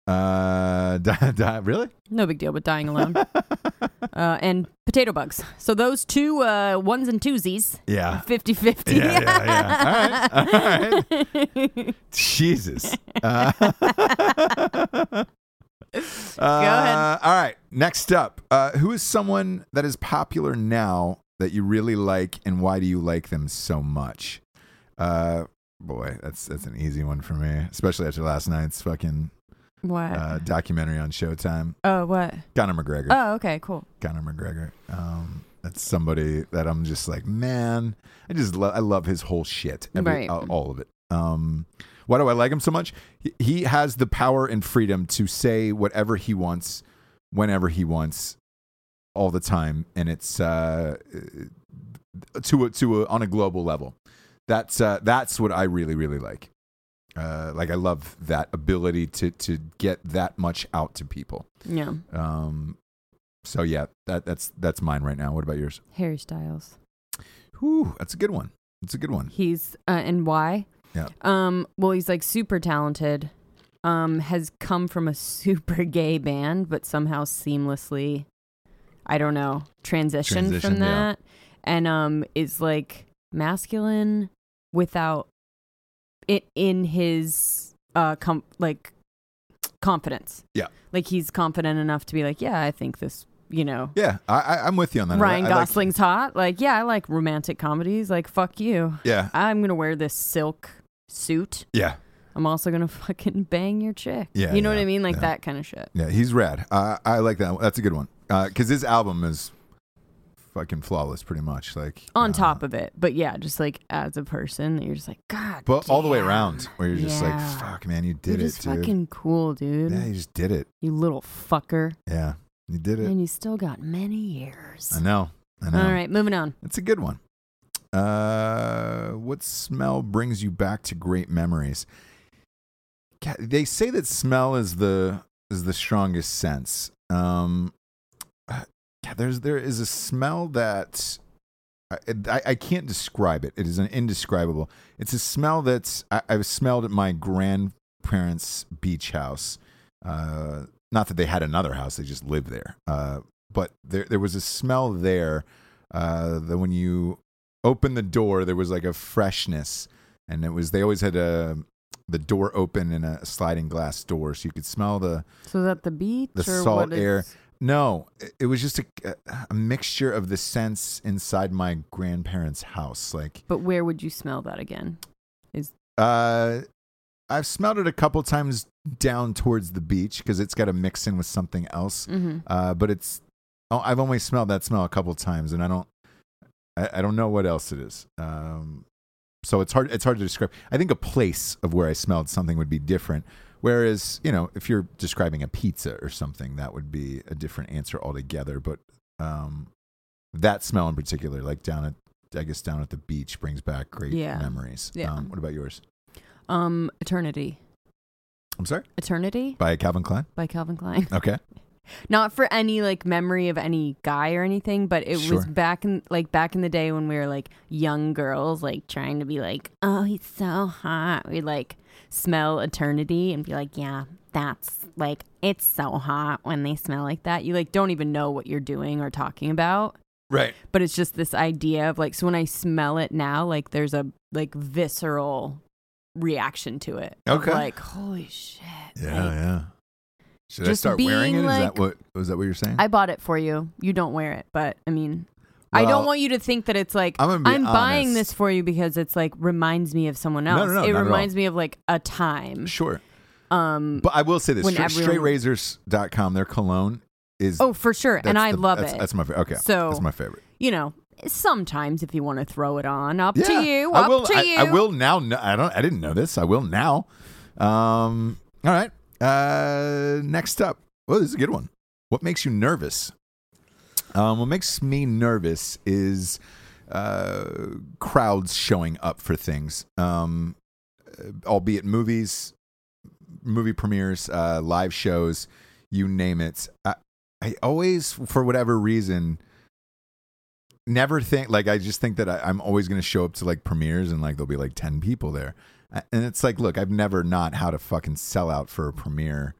Speaker 1: Uh, di- di- really?
Speaker 4: No big deal, but dying alone. uh, and potato bugs. So those two uh, ones and twosies,
Speaker 1: Yeah.
Speaker 4: 50 50.
Speaker 1: Ah. Yeah, yeah, yeah. All right, Jesus. Uh, Uh, all right. Next up, uh, who is someone that is popular now that you really like, and why do you like them so much? Uh, boy, that's that's an easy one for me, especially after last night's fucking
Speaker 4: What?
Speaker 1: uh, documentary on Showtime.
Speaker 4: oh, what?
Speaker 1: Conor McGregor.
Speaker 4: Oh, okay, cool.
Speaker 1: Conor McGregor. Um, that's somebody that I'm just like, man, I just lo- I love his whole shit,
Speaker 4: Right.
Speaker 1: uh, all of it. Um, why do I like him so much? He, he has the power and freedom to say whatever he wants, whenever he wants, all the time, and it's uh, to a, to a, on a global level. That's uh, that's what I really really like. Uh, like I love that ability to to get that much out to people.
Speaker 4: Yeah.
Speaker 1: Um, so yeah, that that's that's mine right now. What about yours?
Speaker 4: Harry Styles.
Speaker 1: Whew, that's a good one. That's a good one.
Speaker 4: He's, uh, and why?
Speaker 1: Yeah.
Speaker 4: Um, well, he's like super talented, um, has come from a super gay band, but somehow seamlessly, I don't know, transitioned,
Speaker 1: Transitioned,
Speaker 4: from
Speaker 1: yeah.
Speaker 4: that. And um, is like masculine without it in his uh com- like confidence.
Speaker 1: Yeah.
Speaker 4: Like he's confident enough to be like, yeah, I think this, you know,
Speaker 1: Yeah, I, I I'm with you on that. I-
Speaker 4: Ryan
Speaker 1: I like-
Speaker 4: Gosling's hot. Like, yeah, I like romantic comedies. Like, fuck you.
Speaker 1: yeah,
Speaker 4: I'm gonna wear this silk suit
Speaker 1: yeah.
Speaker 4: I'm also gonna fucking bang your chick.
Speaker 1: Yeah,
Speaker 4: you know
Speaker 1: yeah,
Speaker 4: what I mean, like
Speaker 1: yeah.
Speaker 4: that kind of shit.
Speaker 1: Yeah, he's rad. Uh, I like that. That's a good one. Because his album is fucking flawless, pretty much. Like
Speaker 4: On
Speaker 1: uh,
Speaker 4: top of it, but yeah, just like as a person, you're just like God.
Speaker 1: but all the way
Speaker 4: damn.
Speaker 1: around, where you're just
Speaker 4: Yeah.
Speaker 1: like, "Fuck, man, you did it,
Speaker 4: you're just
Speaker 1: dude.
Speaker 4: fucking cool, dude.
Speaker 1: yeah, you just did it.
Speaker 4: you little fucker,
Speaker 1: Yeah, you did it.
Speaker 4: and you still got many years.
Speaker 1: I know. I know.
Speaker 4: All right, moving on.
Speaker 1: It's a good one. Uh, what smell brings you back to great memories? Ca- They say that smell is the is the strongest sense. Um, uh, yeah, there's there is a smell that I, I, I can't describe it. It is an indescribable. It's a smell that I, I've smelled at my grandparents' beach house. Uh, not that they had another house; they just lived there. Uh, but there there was a smell there uh, that when you opened the door, there was like a freshness, and it was they always had a the door open and a sliding glass door, so you could smell the
Speaker 4: So is that the beach
Speaker 1: the
Speaker 4: or
Speaker 1: salt
Speaker 4: what is-
Speaker 1: air. No, it- it was just a, a mixture of the scents inside my grandparents' house. Like,
Speaker 4: But where would you smell that again?
Speaker 1: uh, I've smelled it a couple times down towards the beach because it's got to mix in with something else.
Speaker 4: Mm-hmm.
Speaker 1: Uh, but it's, oh, I've only smelled that smell a couple times, and I don't, I, I don't know what else it is. Um, so it's hard, it's hard to describe. I think a place of where I smelled something would be different. Whereas, you know, if you're describing a pizza or something, that would be a different answer altogether. But um, that smell in particular, like down at, I guess down at the beach, brings back great
Speaker 4: Yeah.
Speaker 1: memories.
Speaker 4: Yeah.
Speaker 1: Um, what about yours?
Speaker 4: Um, Eternity.
Speaker 1: I'm sorry.
Speaker 4: Eternity
Speaker 1: By Calvin Klein.
Speaker 4: by Calvin Klein.
Speaker 1: Okay.
Speaker 4: Not for any like memory of any guy or anything, but it
Speaker 1: Sure.
Speaker 4: was back in like back in the day when we were like young girls, like trying to be like, oh, he's so hot. We'd like smell eternity and be like, yeah, that's like it's so hot when they smell like that. You like don't even know what you're doing or talking about.
Speaker 1: Right.
Speaker 4: but it's just this idea of like so when i smell it now like there's a like visceral reaction to it of,
Speaker 1: Okay.
Speaker 4: like holy shit
Speaker 1: Yeah.
Speaker 4: like-
Speaker 1: yeah. Should I
Speaker 4: Just
Speaker 1: start wearing it? Is
Speaker 4: being like-
Speaker 1: that what was that what you're saying?
Speaker 4: i bought it for you you don't wear it but i mean i
Speaker 1: Well,
Speaker 4: don't want you to think that it's like
Speaker 1: I'm
Speaker 4: i'm,
Speaker 1: gonna be
Speaker 4: buying
Speaker 1: honest.
Speaker 4: this for you because it's like reminds me of someone
Speaker 1: No,
Speaker 4: else
Speaker 1: no, no,
Speaker 4: it
Speaker 1: not at all.
Speaker 4: reminds me of like a time
Speaker 1: Sure.
Speaker 4: um
Speaker 1: But I will say this
Speaker 4: When
Speaker 1: stra-
Speaker 4: everyone-
Speaker 1: straightrazors.com, their cologne is
Speaker 4: oh for sure and
Speaker 1: that's
Speaker 4: i
Speaker 1: the-
Speaker 4: love
Speaker 1: that's,
Speaker 4: it
Speaker 1: That's my favorite. Okay.
Speaker 4: So-
Speaker 1: that's my favorite.
Speaker 4: you know sometimes if you want to throw it on up
Speaker 1: Yeah.
Speaker 4: to you
Speaker 1: I
Speaker 4: up
Speaker 1: will
Speaker 4: to
Speaker 1: I,
Speaker 4: you
Speaker 1: I will now kn- I don't I didn't know this. I will now. Um all right. Uh next up. Well, this is a good one. What makes you nervous? Um what makes me nervous is uh crowds showing up for things. Um albeit movies, movie premieres, uh, live shows, you name it. I, I always, for whatever reason, never think like I just think that I, I'm always going to show up to like premieres and like there'll be like ten people there, A- and it's like, look, I've never not how to fucking sell out for a premiere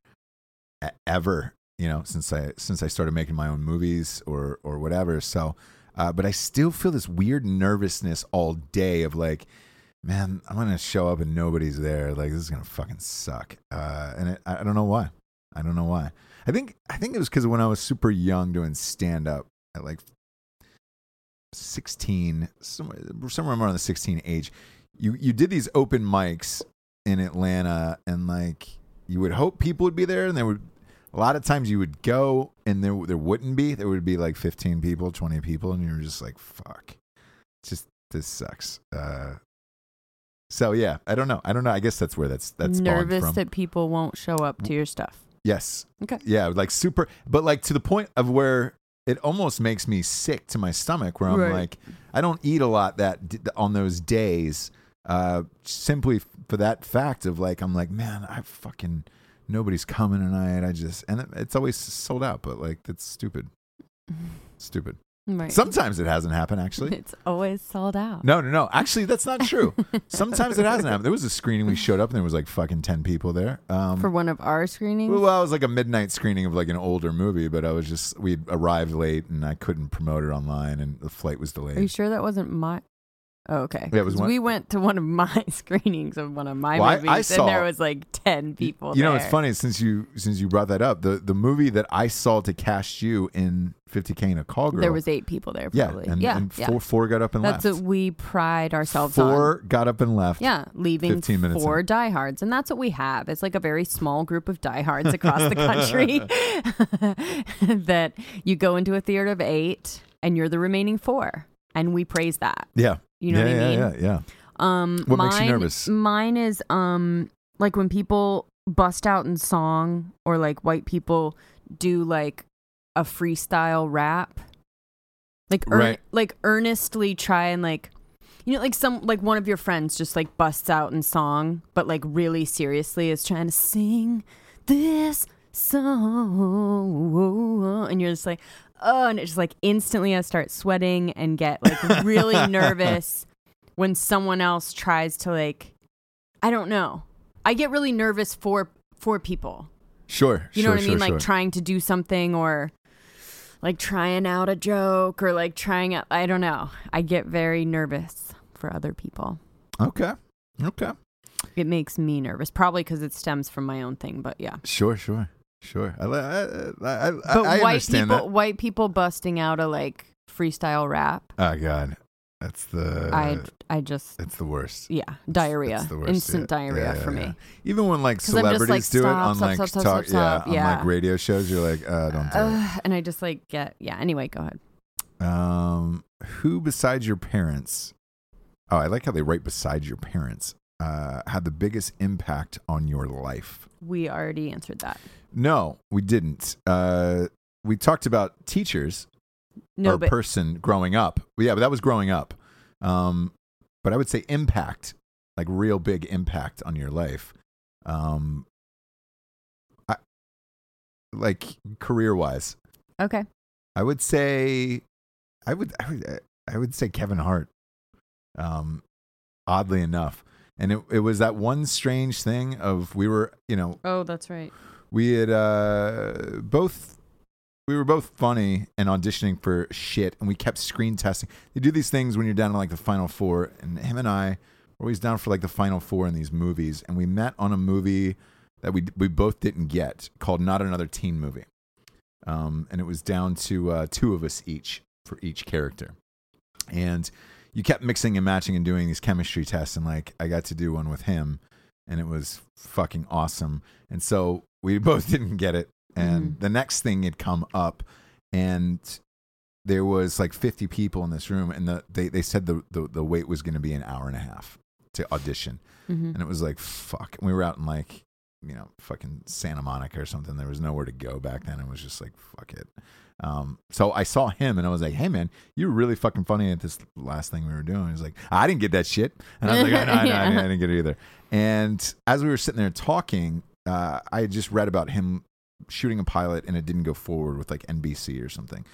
Speaker 1: e- ever, you know, since I since I started making my own movies or or whatever. So. Uh, but I still feel this weird nervousness all day of like, man, I'm gonna show up and nobody's there. Like this is gonna fucking suck. Uh, and it, I I don't know why. I don't know why. I think I think it was because when I was super young doing stand up at like 16, somewhere somewhere around the 16 age, you you did these open mics in Atlanta, and like you would hope people would be there, and there would a lot of times you would go and there there wouldn't be. There would be like 15 people, 20 people, and you were just like, fuck, It's just this sucks. Uh, so yeah, I don't know. I don't know. I guess that's where that's that's
Speaker 4: nervous
Speaker 1: from.
Speaker 4: that people won't show up to your stuff
Speaker 1: Yes.
Speaker 4: Okay.
Speaker 1: Yeah, like super, but like to the point of where it almost makes me sick to my stomach, where I'm
Speaker 4: Right.
Speaker 1: like, I don't eat a lot that d- on those days, uh, simply f- for that fact of like, I'm like, man, I fucking nobody's coming tonight. I just and it, it's always sold out, but like that's stupid, stupid.
Speaker 4: right
Speaker 1: Sometimes it hasn't happened actually.
Speaker 4: It's always sold out.
Speaker 1: No, no, no. Actually, that's not true. Sometimes it hasn't happened. There was a screening we showed up and there was like fucking ten people there. Um,
Speaker 4: For one of our screenings,
Speaker 1: well, it was like a midnight screening of like an older movie, but I was just we arrived late and I couldn't promote it online, and the flight was
Speaker 4: are you
Speaker 1: delayed.
Speaker 4: sure that wasn't my? Oh, okay.
Speaker 1: Yeah, it was
Speaker 4: 'Cause
Speaker 1: one-
Speaker 4: we went to one of my screenings of one of my
Speaker 1: Well, I- I
Speaker 4: movies,
Speaker 1: saw-
Speaker 4: and there was like ten people.
Speaker 1: You know, it's
Speaker 4: there.
Speaker 1: funny since you since you brought that up. The the movie that I saw to cast you in 50k in a call girl.
Speaker 4: There was eight people there.
Speaker 1: yeah,
Speaker 4: Probably.
Speaker 1: and,
Speaker 4: yeah,
Speaker 1: and
Speaker 4: yeah.
Speaker 1: four four got up and
Speaker 4: That's
Speaker 1: left.
Speaker 4: what we pride ourselves on.
Speaker 1: four got up and left.
Speaker 4: Yeah, leaving
Speaker 1: 15 minutes
Speaker 4: four
Speaker 1: in.
Speaker 4: diehards, and that's what we have. It's like a very small group of diehards across the country that you go into a theater of eight, and you're the remaining four, and we praise that.
Speaker 1: yeah,
Speaker 4: You know
Speaker 1: yeah,
Speaker 4: what I mean?
Speaker 1: yeah, yeah, yeah.
Speaker 4: Um,
Speaker 1: What
Speaker 4: mine,
Speaker 1: makes you nervous?
Speaker 4: Mine is um like when people bust out in song or like white people do like a freestyle rap, like earn-
Speaker 1: Right.
Speaker 4: like earnestly try and like you know like some like one of your friends just like busts out in song but like really seriously is trying to sing this song and you're just like oh and it's just like instantly I start sweating and get like really nervous when someone else tries to like I don't know. I get really nervous for for people.
Speaker 1: Sure,
Speaker 4: You
Speaker 1: sure,
Speaker 4: know what I
Speaker 1: sure,
Speaker 4: mean? Like
Speaker 1: sure.
Speaker 4: trying to do something or like trying out a joke or like trying out I don't know. I get very nervous for other people.
Speaker 1: okay, okay.
Speaker 4: It makes me nervous probably cuz it stems from my own thing, but yeah.
Speaker 1: Sure, sure, sure. I, I, I, I,
Speaker 4: But
Speaker 1: I
Speaker 4: white
Speaker 1: understand
Speaker 4: people white people busting out a like freestyle rap.
Speaker 1: that. Oh God, that's the
Speaker 4: I I just
Speaker 1: Uh, it's the worst.
Speaker 4: yeah, diarrhea.
Speaker 1: It's the worst,
Speaker 4: Instant
Speaker 1: yeah.
Speaker 4: diarrhea
Speaker 1: Yeah, yeah,
Speaker 4: for
Speaker 1: yeah.
Speaker 4: me.
Speaker 1: Even when like
Speaker 4: 'Cause I'm just like,
Speaker 1: celebrities do it
Speaker 4: stop,
Speaker 1: on
Speaker 4: stop,
Speaker 1: like
Speaker 4: stop, stop,
Speaker 1: talk,
Speaker 4: stop, stop,
Speaker 1: yeah, on
Speaker 4: yeah.
Speaker 1: like radio shows, you're like, uh, don't do it.
Speaker 4: Ugh, and I just like get yeah. Anyway, go ahead.
Speaker 1: Um, who besides your parents? Oh, I like how they write besides your parents. Uh, had the biggest impact on your life?
Speaker 4: We already answered that.
Speaker 1: No, we didn't. Uh, we talked about teachers
Speaker 4: No,
Speaker 1: or
Speaker 4: but
Speaker 1: person growing up. Yeah, but that was growing up. Um, but I would say impact, like real big impact on your life. Um, I, like career wise,
Speaker 4: okay.
Speaker 1: I would say, I would, I would, I would say Kevin Hart. Um, oddly enough, and it it was that one strange thing of we were, you know,
Speaker 4: Oh, that's right.
Speaker 1: we had uh both, we were both funny and auditioning for shit, and we kept screen testing. They do these things when you're down to like the final four, and him and I were always down for like the final four in these movies, and we met on a movie that we we both didn't get called Not Another Teen Movie um, and it was down to uh, two of us each for each character. And you kept mixing and matching and doing these chemistry tests, and like I got to do one with him, and it was fucking awesome. And so we both didn't get it, and the next thing had come up, and there was like 50 people in this room, and the, they they said the the, the wait was going to be an hour and a half to audition
Speaker 4: hmm
Speaker 1: and it was like fuck and we were out in like you know fucking santa monica or something there was nowhere to go back then it was just like fuck it um, so i saw him and i was like hey man you were really fucking funny at this last thing we were doing he's like i didn't get that shit and i was like i know, I, know, I, know, I didn't get it either and as we were sitting there talking uh, i had just read about him shooting a pilot and it didn't go forward with like nbc or something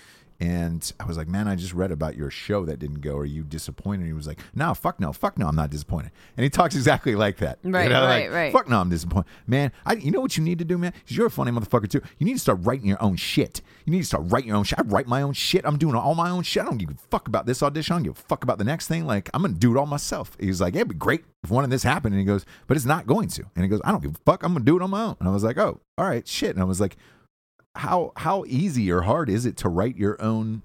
Speaker 1: and I was like, man, I just read about your show that didn't go. Are you disappointed? He was like, no, fuck no, fuck no, I'm not disappointed. And he talks exactly like that. You
Speaker 4: Right,
Speaker 1: know,
Speaker 4: right,
Speaker 1: like,
Speaker 4: right.
Speaker 1: Fuck no, I'm disappointed. Man, I, you know what you need to do, man? 'Cause you're a funny motherfucker too. You need to start writing your own shit. You need to start writing your own shit. I write my own shit. I'm doing all my own shit. I don't give a fuck about this audition. I don't give a fuck about the next thing. Like, I'm going to do it all myself. He was like, yeah, it'd be great if one of this happened. And he goes, but it's not going to. And he goes, I don't give a fuck. I'm going to do it on my own. And I was like, oh, all right, shit. And I was like, how how easy or hard is it to write your own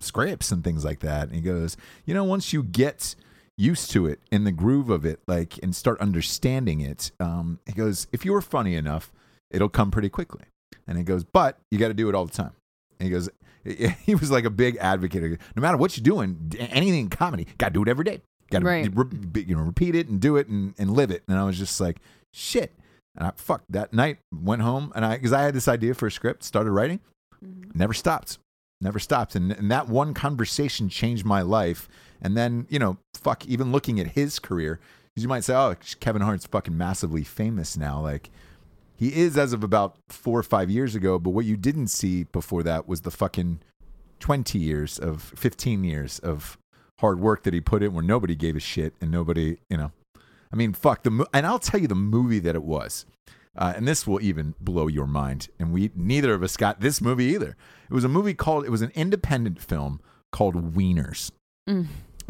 Speaker 1: scripts and things like that? And he goes, you know, once you get used to it in the groove of it, like and start understanding it, um, he goes, if you were funny enough, it'll come pretty quickly. And he goes, but you got to do it all the time. And he goes, he was like a big advocate. of, No matter what you're doing, anything in comedy, got to do it every day. Got to
Speaker 4: Right.
Speaker 1: re- you know repeat it and do it and, and live it. And I was just like, shit. And I fuck that night went home and I because I had this idea for a script, started writing, never stopped, never stopped. And and that one conversation changed my life. And then you know, fuck, even looking at his career, 'cause you might say, oh, Kevin Hart's fucking massively famous now, like. He is as of about four or five years ago, but what you didn't see before that was the fucking 20 years of 15 years of hard work that he put in where nobody gave a shit and nobody, you know. I mean, fuck the mo- and I'll tell you the movie that it was. Uh, and this will even blow your mind. And we neither of us got this
Speaker 4: Mm.
Speaker 1: movie either. It was a movie called it was an independent film called Wieners.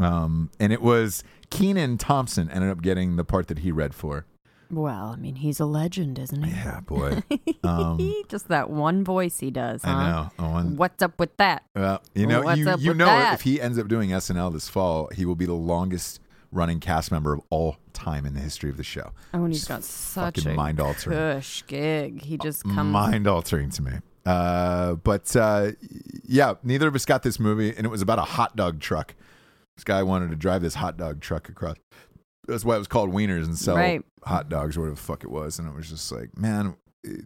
Speaker 1: Um, and it was Keenan Thompson ended up getting the part that he read for.
Speaker 4: Well, I mean, he's a legend, isn't he?
Speaker 1: Oh, Yeah, boy. Um,
Speaker 4: Just that one voice he does, huh?
Speaker 1: I know. Owen.
Speaker 4: What's up with that?
Speaker 1: Well, you know,
Speaker 4: What's
Speaker 1: you,
Speaker 4: up
Speaker 1: you
Speaker 4: with
Speaker 1: know,
Speaker 4: that?
Speaker 1: if he ends up doing SNL this fall, he will be the longest running cast member of all time in the history of the show.
Speaker 4: Oh, and
Speaker 1: Which
Speaker 4: he's
Speaker 1: is
Speaker 4: got such
Speaker 1: fucking
Speaker 4: a
Speaker 1: mind altering,
Speaker 4: cush gig. He just comes.
Speaker 1: mind altering to me. Uh, but uh, yeah, neither of us got this movie, and it was about a hot dog truck. This guy wanted to drive this hot dog truck across. That's why it was called Wieners and sell
Speaker 4: Right.
Speaker 1: hot dogs or whatever the fuck it was. And it was just like, man, eh,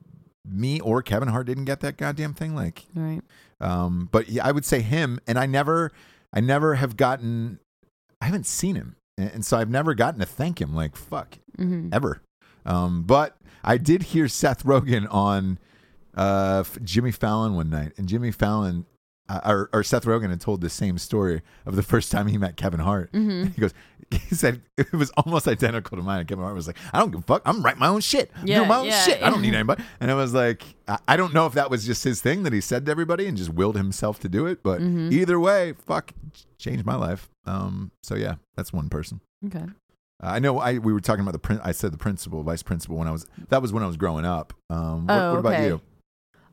Speaker 1: me or Kevin Hart didn't get that goddamn thing. Like,
Speaker 4: right.
Speaker 1: um, but yeah, I would say him, and I never, I never have gotten, I haven't seen him, and, and so I've never gotten to thank him like fuck
Speaker 4: hmm
Speaker 1: ever. Um, but I did hear Seth Rogen on uh, F- Jimmy Fallon one night, and Jimmy Fallon. Uh, or, or Seth Rogen had told the same story of the first time he met Kevin Hart.
Speaker 4: Mm-hmm.
Speaker 1: He goes, he said it was almost identical to mine. And Kevin Hart was like, I don't give a fuck. I'm writing my own shit. I'm
Speaker 4: Yeah,
Speaker 1: doing my own
Speaker 4: yeah,
Speaker 1: shit. I don't
Speaker 4: yeah.
Speaker 1: need anybody. And it was like, I, I don't know if that was just his thing that he said to everybody and just willed himself to do it. But
Speaker 4: Mm-hmm.
Speaker 1: either way, fuck, changed my life. Um, so yeah, that's one person.
Speaker 4: Okay.
Speaker 1: Uh, I know I we were talking about the prin- I said the principal, vice principal when I was that was when I was growing up. Um, what,
Speaker 4: Oh,
Speaker 1: what about
Speaker 4: okay.
Speaker 1: you?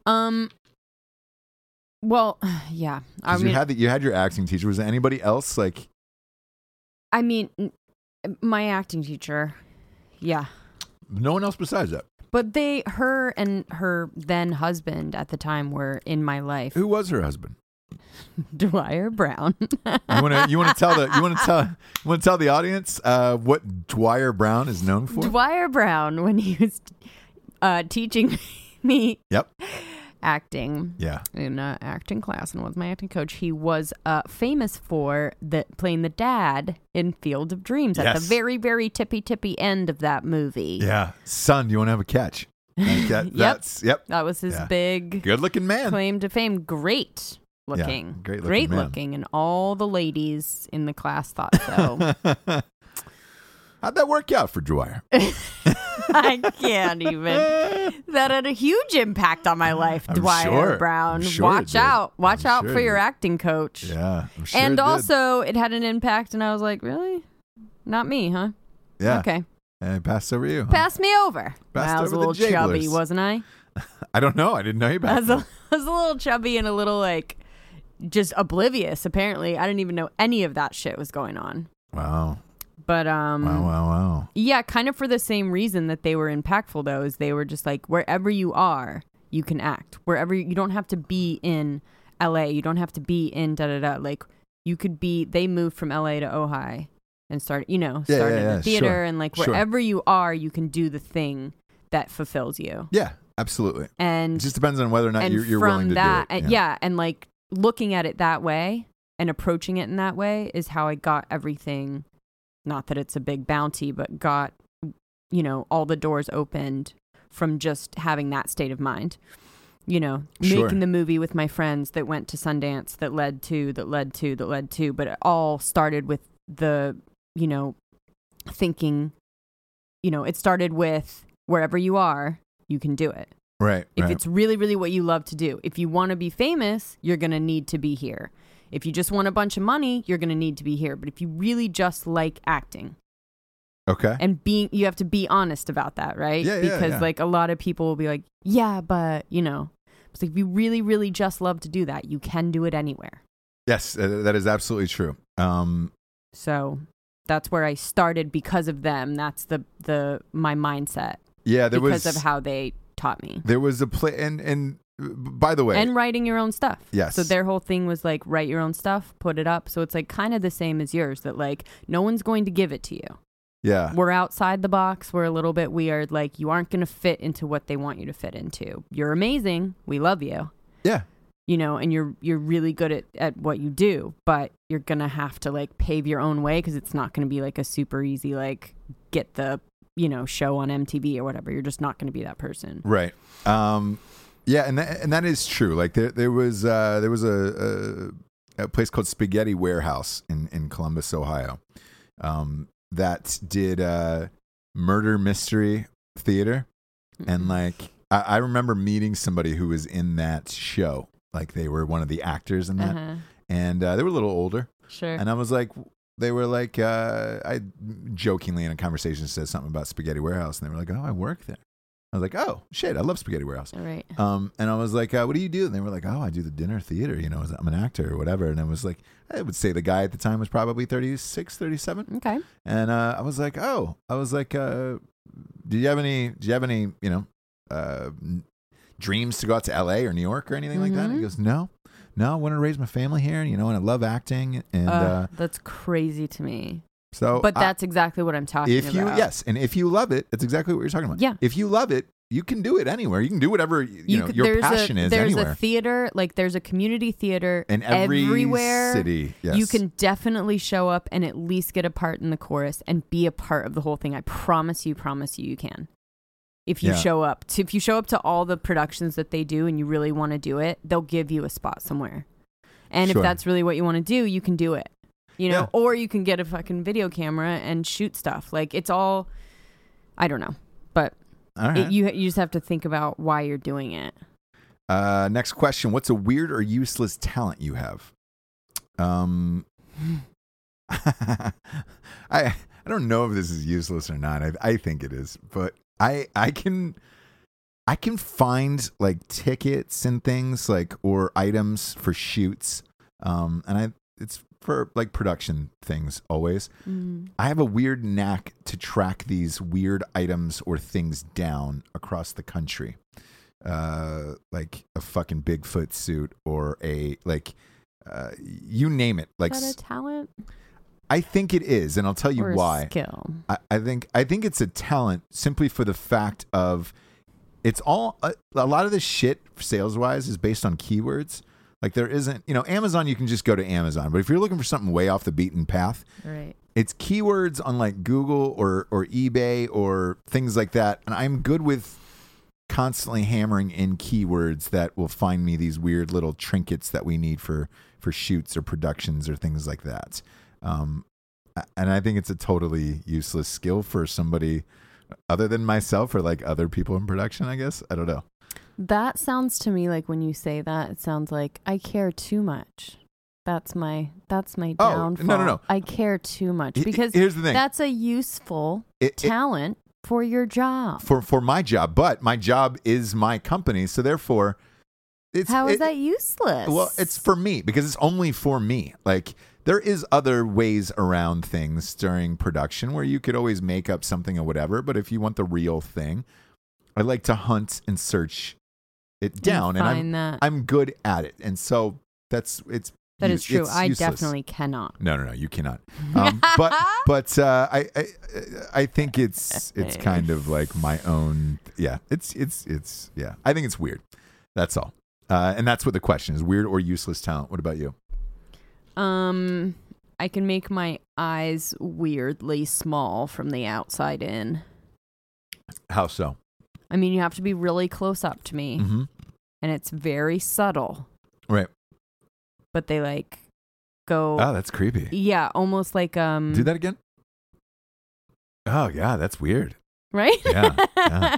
Speaker 4: Um. Well, yeah. I
Speaker 1: 'Cause
Speaker 4: mean,
Speaker 1: you had the, you had your acting teacher. Was there anybody else like?
Speaker 4: I mean, n- my acting teacher. Yeah.
Speaker 1: No one else besides that.
Speaker 4: But they, her and her then husband at the time were in my life.
Speaker 1: Who was her husband?
Speaker 4: Dwyer Brown.
Speaker 1: You want to you want to tell the you want to tell you want to tell the audience uh, what Dwyer Brown is known for?
Speaker 4: Dwyer Brown, when he was uh, teaching me
Speaker 1: yep.
Speaker 4: acting
Speaker 1: Yeah.
Speaker 4: in uh, acting class and was my acting coach, he was uh, famous for the, playing the dad in Field of Dreams at the
Speaker 1: Yes.
Speaker 4: very, very tippy, tippy end of that movie.
Speaker 1: Yeah. Son, do you want to have a catch? Like that,
Speaker 4: Yep.
Speaker 1: That's yep.
Speaker 4: That was his
Speaker 1: Yeah.
Speaker 4: big
Speaker 1: Good looking man.
Speaker 4: claim to fame. Great looking.
Speaker 1: great looking
Speaker 4: great
Speaker 1: man.
Speaker 4: looking. And all the ladies in the class thought so.
Speaker 1: How'd that work out for Dwyer?
Speaker 4: I can't even. That had a huge impact on my life,
Speaker 1: I'm
Speaker 4: Dwyer
Speaker 1: sure. I'm
Speaker 4: Brown.
Speaker 1: sure it
Speaker 4: Watch
Speaker 1: did.
Speaker 4: out. Watch
Speaker 1: I'm
Speaker 4: out
Speaker 1: sure
Speaker 4: for
Speaker 1: it
Speaker 4: your
Speaker 1: did.
Speaker 4: acting coach.
Speaker 1: Yeah. I'm sure it
Speaker 4: and
Speaker 1: did.
Speaker 4: also, it had an impact, and I was like, really? Not me, huh?
Speaker 1: yeah.
Speaker 4: Okay.
Speaker 1: And it passed over you. huh?
Speaker 4: Pass me over.
Speaker 1: Passed
Speaker 4: I
Speaker 1: over
Speaker 4: was
Speaker 1: the
Speaker 4: a little chubby,
Speaker 1: jigglers.
Speaker 4: wasn't I?
Speaker 1: I don't know. I didn't know you
Speaker 4: I
Speaker 1: back.
Speaker 4: was, a, I was a little chubby and a little like just oblivious, apparently. I didn't even know any of that shit was going on.
Speaker 1: Wow.
Speaker 4: But um
Speaker 1: Wow, wow, wow.
Speaker 4: yeah, kind of for the same reason that they were impactful though, is they were just like wherever you are, you can act. Wherever you don't have to be in LA, you don't have to be in da da da. Like you could be they moved from LA to Ojai and started you know,
Speaker 1: Yeah,
Speaker 4: started
Speaker 1: yeah,
Speaker 4: in
Speaker 1: yeah,
Speaker 4: the theater
Speaker 1: sure,
Speaker 4: and like
Speaker 1: sure.
Speaker 4: wherever you are, you can do the thing that fulfills you.
Speaker 1: Yeah, absolutely. It
Speaker 4: And
Speaker 1: just depends on whether or not
Speaker 4: and
Speaker 1: you're, you're
Speaker 4: from
Speaker 1: willing to
Speaker 4: that,
Speaker 1: do it.
Speaker 4: and- yeah, and like looking at it that way and approaching it in that way is how I got everything. Not that it's a big bounty, but got you know all the doors opened from just having that state of mind. You know,
Speaker 1: Sure.
Speaker 4: making the movie with my friends that went to Sundance, that led to, that led to, that led to, but it all started with the you know thinking. You know, it started with wherever you are, you can do it
Speaker 1: Right.
Speaker 4: if
Speaker 1: right.
Speaker 4: it's really really what you love to do if you want to be famous you're going to need to be here if you just want a bunch of money you're going to need to be here but if you really just like acting
Speaker 1: okay.
Speaker 4: and being you have to be honest about that right
Speaker 1: Yeah, yeah,
Speaker 4: because
Speaker 1: yeah.
Speaker 4: like a lot of people will be like yeah but you know it's like if you really really just love to do that you can do it anywhere
Speaker 1: yes, uh, that is absolutely true. Um,
Speaker 4: so that's where i started because of them that's the the my mindset
Speaker 1: yeah, there
Speaker 4: because
Speaker 1: was
Speaker 4: of how they taught me
Speaker 1: there was a play, and and uh, by the way,
Speaker 4: and writing your own stuff.
Speaker 1: Yes.
Speaker 4: So their whole thing was like write your own stuff, put it up. So it's like kind of the same as yours that like no one's going to give it to you.
Speaker 1: yeah,
Speaker 4: We're outside the box. We're a little bit weird. Like you aren't going to fit into what they want you to fit into. You're amazing. We love you.
Speaker 1: yeah,
Speaker 4: You know, and you're you're really good at at what you do, but you're going to have to like pave your own way cuz it's not going to be like a super easy like get the, you know, show on MTV or whatever. You're just not going to be that person.
Speaker 1: right. Um, yeah, and that, and that is true. Like there there was uh, there was a, a a place called Spaghetti Warehouse in in Columbus, Ohio, um, that did uh, murder mystery theater.
Speaker 4: Mm-hmm.
Speaker 1: and like I, I remember meeting somebody who was in that show like they were one of the actors in that
Speaker 4: uh-huh.
Speaker 1: and uh, they were a little older
Speaker 4: Sure.
Speaker 1: and i was like They were like, uh, I jokingly in a conversation said something about Spaghetti Warehouse, and they were like, "Oh, I work there." I was like, "Oh shit, I love Spaghetti Warehouse."
Speaker 4: All right.
Speaker 1: Um, and I was like, uh, "What do you do?" And they were like, "Oh, I do the dinner theater. You know, I'm an actor or whatever." And I was like, I would say the guy at the time was probably 36, 37.
Speaker 4: Okay.
Speaker 1: And uh, I was like, oh, I was like, uh, do you have any, do you have any, you know, uh, n- dreams to go out to LA or New York or anything like that? And
Speaker 4: Mm-hmm.
Speaker 1: he goes, no, no, I want to raise my family here, and you know, and I love acting, and uh,
Speaker 4: Ugh, that's crazy to me.
Speaker 1: so,
Speaker 4: But
Speaker 1: I-
Speaker 4: that's exactly what I'm talking
Speaker 1: if you,
Speaker 4: about.
Speaker 1: yes, and if you love it, that's exactly what you're talking about.
Speaker 4: Yeah.
Speaker 1: if you love it, you can do it anywhere. You can do whatever you, you know
Speaker 4: could-
Speaker 1: your
Speaker 4: there's
Speaker 1: passion
Speaker 4: a,
Speaker 1: is
Speaker 4: there's
Speaker 1: anywhere
Speaker 4: a theater, like there's a community theater
Speaker 1: in every
Speaker 4: everywhere.
Speaker 1: city. Yes,
Speaker 4: You can definitely show up and at least get a part in the chorus and be a part of the whole thing. I promise you, promise you, you can. If you
Speaker 1: Yeah.
Speaker 4: show up, to, if you show up to all the productions that they do and you really want to do it, they'll give you a spot somewhere. And
Speaker 1: Sure.
Speaker 4: if that's really what you want to do, you can do it. You know,
Speaker 1: Yeah.
Speaker 4: or you can get a fucking video camera and shoot stuff. Like it's all, I don't know, but
Speaker 1: All
Speaker 4: it,
Speaker 1: right.
Speaker 4: you you just have to think about why you're doing it.
Speaker 1: Uh, next question: What's a weird or useless talent you have? Um, I I don't know if this is useless or not. I I think it is, but I I can I can find like tickets and things like or items for shoots. Um, and I it's for like production things always.
Speaker 4: Mm.
Speaker 1: I have a weird knack to track these weird items or things down across the country. Uh, like a fucking Bigfoot suit or a like uh, you name it. Like
Speaker 4: Is
Speaker 1: s-
Speaker 4: that a talent
Speaker 1: I think it is, and I'll tell you
Speaker 4: or a
Speaker 1: why.
Speaker 4: skill?
Speaker 1: I, I think I think it's a talent simply for the fact of it's all a, a lot of this shit sales wise is based on keywords. Like there isn't, you know, Amazon. You can just go to Amazon, but if you're looking for something way off the beaten path,
Speaker 4: Right.
Speaker 1: it's keywords on like Google or or eBay or things like that. And I'm good with constantly hammering in keywords that will find me these weird little trinkets that we need for for shoots or productions or things like that. Um, a- and I think it's a totally useless skill for somebody other than myself or like other people in production. I guess I don't know.
Speaker 4: That sounds to me like when you say that, it sounds like I care too much. That's my that's my
Speaker 1: Oh, no, no,
Speaker 4: downfall.
Speaker 1: no.
Speaker 4: I care too much
Speaker 1: He-
Speaker 4: because
Speaker 1: here's the thing.
Speaker 4: that's a useful
Speaker 1: It- it-
Speaker 4: talent for your job.
Speaker 1: for for my job, but my job is my company, so therefore, it's
Speaker 4: How is
Speaker 1: it-
Speaker 4: that useless?
Speaker 1: Well, it's for me because it's only for me. Like there is other ways around things during production where you could always make up something or whatever, but if you want the real thing, I like to hunt and search it down and I'm
Speaker 4: find that.
Speaker 1: I'm good at it. And so that's it's
Speaker 4: that
Speaker 1: u-
Speaker 4: is true.
Speaker 1: it's
Speaker 4: I
Speaker 1: useless.
Speaker 4: definitely cannot.
Speaker 1: No, no, no, you cannot. Um, but but uh, I, I I think it's it's kind of like my own. Yeah, it's it's it's yeah. I think it's weird. That's all. Uh, and that's what the question is: weird or useless talent. What about you?
Speaker 4: Um, I can make my eyes weirdly small from the outside in.
Speaker 1: How so?
Speaker 4: I mean, you have to be really close up to me,
Speaker 1: Mm-hmm.
Speaker 4: and it's very subtle.
Speaker 1: Right.
Speaker 4: But they like go,
Speaker 1: Oh, that's creepy.
Speaker 4: yeah, almost like um,
Speaker 1: Do that again. Oh yeah, that's weird.
Speaker 4: right?
Speaker 1: Yeah, yeah.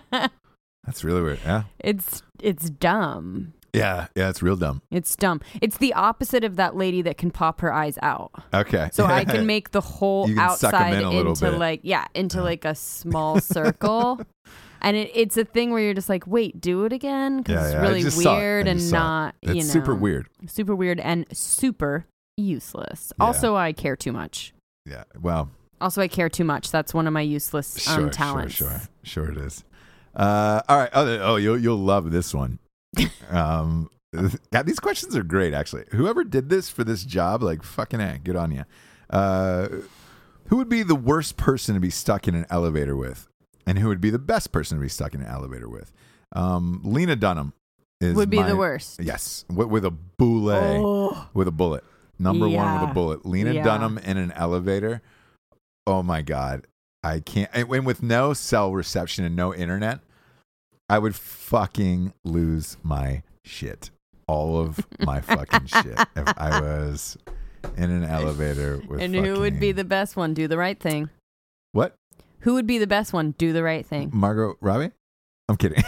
Speaker 1: That's really weird. Yeah,
Speaker 4: it's it's dumb.
Speaker 1: yeah, yeah. It's real dumb.
Speaker 4: It's dumb. It's the opposite of that lady that can pop her eyes out.
Speaker 1: Okay.
Speaker 4: So I can make the whole
Speaker 1: You can suck 'em
Speaker 4: outside
Speaker 1: in a little
Speaker 4: into
Speaker 1: bit.
Speaker 4: like yeah, into
Speaker 1: Yeah.
Speaker 4: like a small circle. and it, it's a thing where you're just like, wait, do it again because
Speaker 1: Yeah,
Speaker 4: it's
Speaker 1: yeah, I
Speaker 4: really
Speaker 1: just saw it.
Speaker 4: weird
Speaker 1: I
Speaker 4: and
Speaker 1: just saw it.
Speaker 4: not
Speaker 1: It's
Speaker 4: you know
Speaker 1: super weird.
Speaker 4: super weird and super useless.
Speaker 1: Yeah.
Speaker 4: Also, I care too much.
Speaker 1: Yeah. Wow.
Speaker 4: Also, I care too much. That's one of my useless um,
Speaker 1: sure,
Speaker 4: talents.
Speaker 1: Sure, sure, sure it is. Uh, all right. Oh, oh, you'll you'll love this one. um, God, these questions are great. Actually, whoever did this for this job, like fucking, a, good on you. Uh, who would be the worst person to be stuck in an elevator with, and who would be the best person to be stuck in an elevator with? Um, Lena Dunham is
Speaker 4: Would be
Speaker 1: my-
Speaker 4: the worst.
Speaker 1: Yes, with, with a boulet
Speaker 4: Oh,
Speaker 1: with a bullet. Number one with
Speaker 4: Yeah.
Speaker 1: a bullet. Lena
Speaker 4: Yeah.
Speaker 1: Dunham in an elevator. Oh my God. I can't. And and with no cell reception and no internet, I would fucking lose my shit. All of my fucking shit if I was in an elevator with.
Speaker 4: and who would be
Speaker 1: fucking-
Speaker 4: the best one? Do the right thing.
Speaker 1: What?
Speaker 4: Who would be the best one? Do the right thing.
Speaker 1: Margot Robbie? I'm kidding.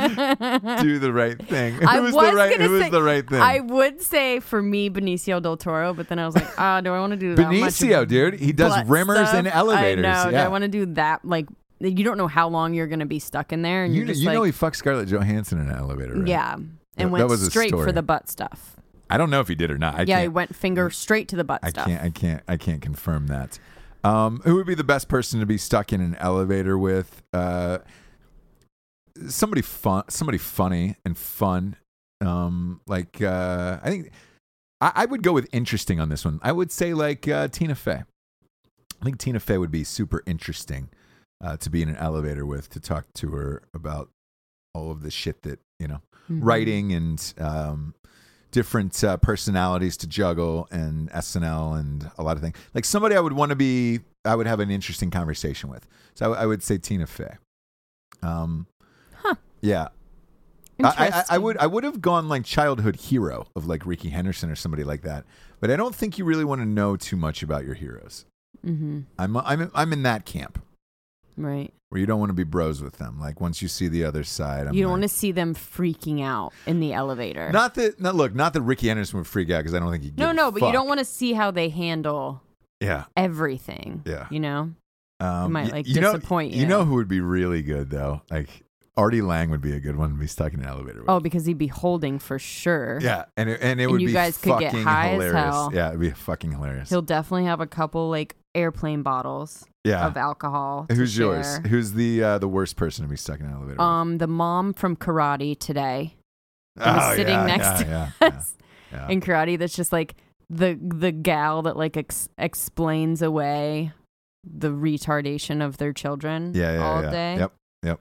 Speaker 1: do the right thing.
Speaker 4: I
Speaker 1: Who's
Speaker 4: was
Speaker 1: the right?
Speaker 4: gonna
Speaker 1: Who is
Speaker 4: say-
Speaker 1: the right thing?
Speaker 4: I would say for me Benicio del Toro, but then I was like, ah, do I want to do that much of
Speaker 1: Benicio, dude, he does
Speaker 4: butt
Speaker 1: rimmers
Speaker 4: stuff?
Speaker 1: and elevators.
Speaker 4: I know. Do
Speaker 1: Yeah.
Speaker 4: I want to do that? Like, you don't know how long you're going to be stuck in there, and
Speaker 1: you
Speaker 4: you're just
Speaker 1: you
Speaker 4: like,
Speaker 1: know he fucked Scarlett Johansson in an elevator. Right?
Speaker 4: yeah, and
Speaker 1: That-
Speaker 4: went
Speaker 1: that was a
Speaker 4: straight for
Speaker 1: story.
Speaker 4: the butt stuff.
Speaker 1: I don't know if he did or not. I
Speaker 4: yeah, he
Speaker 1: can't,
Speaker 4: went finger straight to the butt
Speaker 1: I
Speaker 4: stuff.
Speaker 1: can't. I can't. I can't confirm that. Um, who would be the best person to be stuck in an elevator with? Uh, somebody fun. Somebody funny and fun. Um, like uh, I think I, I would go with interesting on this one. I would say like uh, Tina Fey. I think Tina Fey would be super interesting uh, to be in an elevator with to talk to her about all of the shit that you know
Speaker 4: Mhm.
Speaker 1: writing and um, different uh, personalities to juggle and SNL and a lot of things. Like somebody I would want to be, I would have an interesting conversation with. So I, w- I would say Tina Fey. Um,
Speaker 4: Huh.
Speaker 1: Yeah. I- I, I, I
Speaker 4: Interesting.
Speaker 1: would I would have gone like childhood hero of like Ricky Henderson or somebody like that, but I don't think you really want to know too much about your heroes.
Speaker 4: Mhm.
Speaker 1: I'm I'm I'm in that camp
Speaker 4: Right.
Speaker 1: where you don't want to be bros with them. Like once you see the other side, I'm
Speaker 4: you don't
Speaker 1: like,
Speaker 4: want to see them freaking out in the elevator.
Speaker 1: Not that, not look, not that Ricky Anderson would freak out because I don't think he.
Speaker 4: no, no, but you don't want to see how they handle
Speaker 1: Yeah,
Speaker 4: everything.
Speaker 1: Yeah.
Speaker 4: You know?
Speaker 1: um,
Speaker 4: might, like, disappoint
Speaker 1: You
Speaker 4: you.
Speaker 1: know who would be really good though? Like Artie Lang would be a good one to be stuck in an elevator with.
Speaker 4: Oh, because he'd be holding for sure.
Speaker 1: yeah, and it, and it
Speaker 4: And
Speaker 1: would
Speaker 4: you
Speaker 1: be
Speaker 4: guys could
Speaker 1: fucking
Speaker 4: get high as
Speaker 1: hilarious.
Speaker 4: hell.
Speaker 1: Yeah, it'd be fucking hilarious.
Speaker 4: He'll definitely have a couple like airplane bottles
Speaker 1: yeah.
Speaker 4: of alcohol. to
Speaker 1: Who's yours?
Speaker 4: share.
Speaker 1: Who's the uh, the worst person to be stuck in an elevator?
Speaker 4: Um, the mom from karate today
Speaker 1: with?
Speaker 4: that was
Speaker 1: Oh,
Speaker 4: sitting
Speaker 1: yeah,
Speaker 4: next
Speaker 1: yeah,
Speaker 4: to
Speaker 1: yeah, yeah,
Speaker 4: us
Speaker 1: yeah.
Speaker 4: in karate. That's just like the the gal that like ex- explains away the retardation of their children.
Speaker 1: Yeah, yeah,
Speaker 4: all
Speaker 1: yeah.
Speaker 4: day.
Speaker 1: Yep, yep.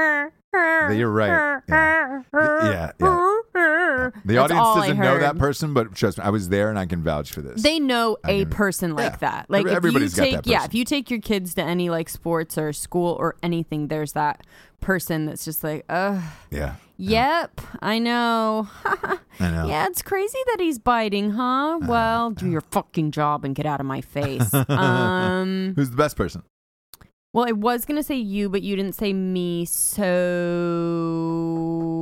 Speaker 1: You're right. Yeah. Yeah, yeah. The
Speaker 4: That's
Speaker 1: audience
Speaker 4: all I
Speaker 1: doesn't know that
Speaker 4: heard.
Speaker 1: person, but trust me, I was there and I can vouch for this.
Speaker 4: They know
Speaker 1: I
Speaker 4: a
Speaker 1: can-
Speaker 4: person like
Speaker 1: yeah.
Speaker 4: that. Like
Speaker 1: Every-
Speaker 4: if
Speaker 1: everybody's got
Speaker 4: you take
Speaker 1: that
Speaker 4: yeah,
Speaker 1: person.
Speaker 4: if you take your kids to any like sports or school or anything, there's that person that's just like, ugh,
Speaker 1: yeah,
Speaker 4: yep, I know.
Speaker 1: I know.
Speaker 4: yeah, it's crazy that he's biting,
Speaker 1: Uh,
Speaker 4: huh? Well, do your fucking job and get out of my face. um
Speaker 1: Who's the best person?
Speaker 4: well, I was gonna say you, but you didn't say me, so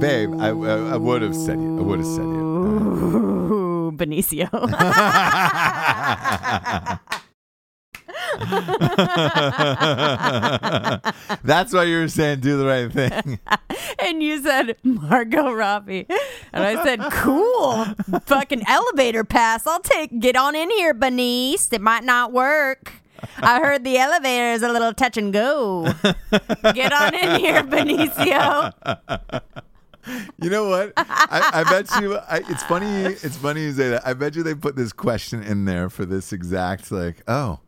Speaker 1: Babe, I- I- I would've said you. I would've said you.
Speaker 4: Benicio.
Speaker 1: That's why you were saying do the right thing.
Speaker 4: and you said Margot Robbie, and I said, "Cool, fucking elevator pass. I'll take get on in here, Benice. It might not work. I heard the elevator is a little touch and go. Get on in here, Benicio.
Speaker 1: You know what? I, I bet you. I, it's funny. It's funny you say that. I bet you they put this question in there for this exact like. Oh,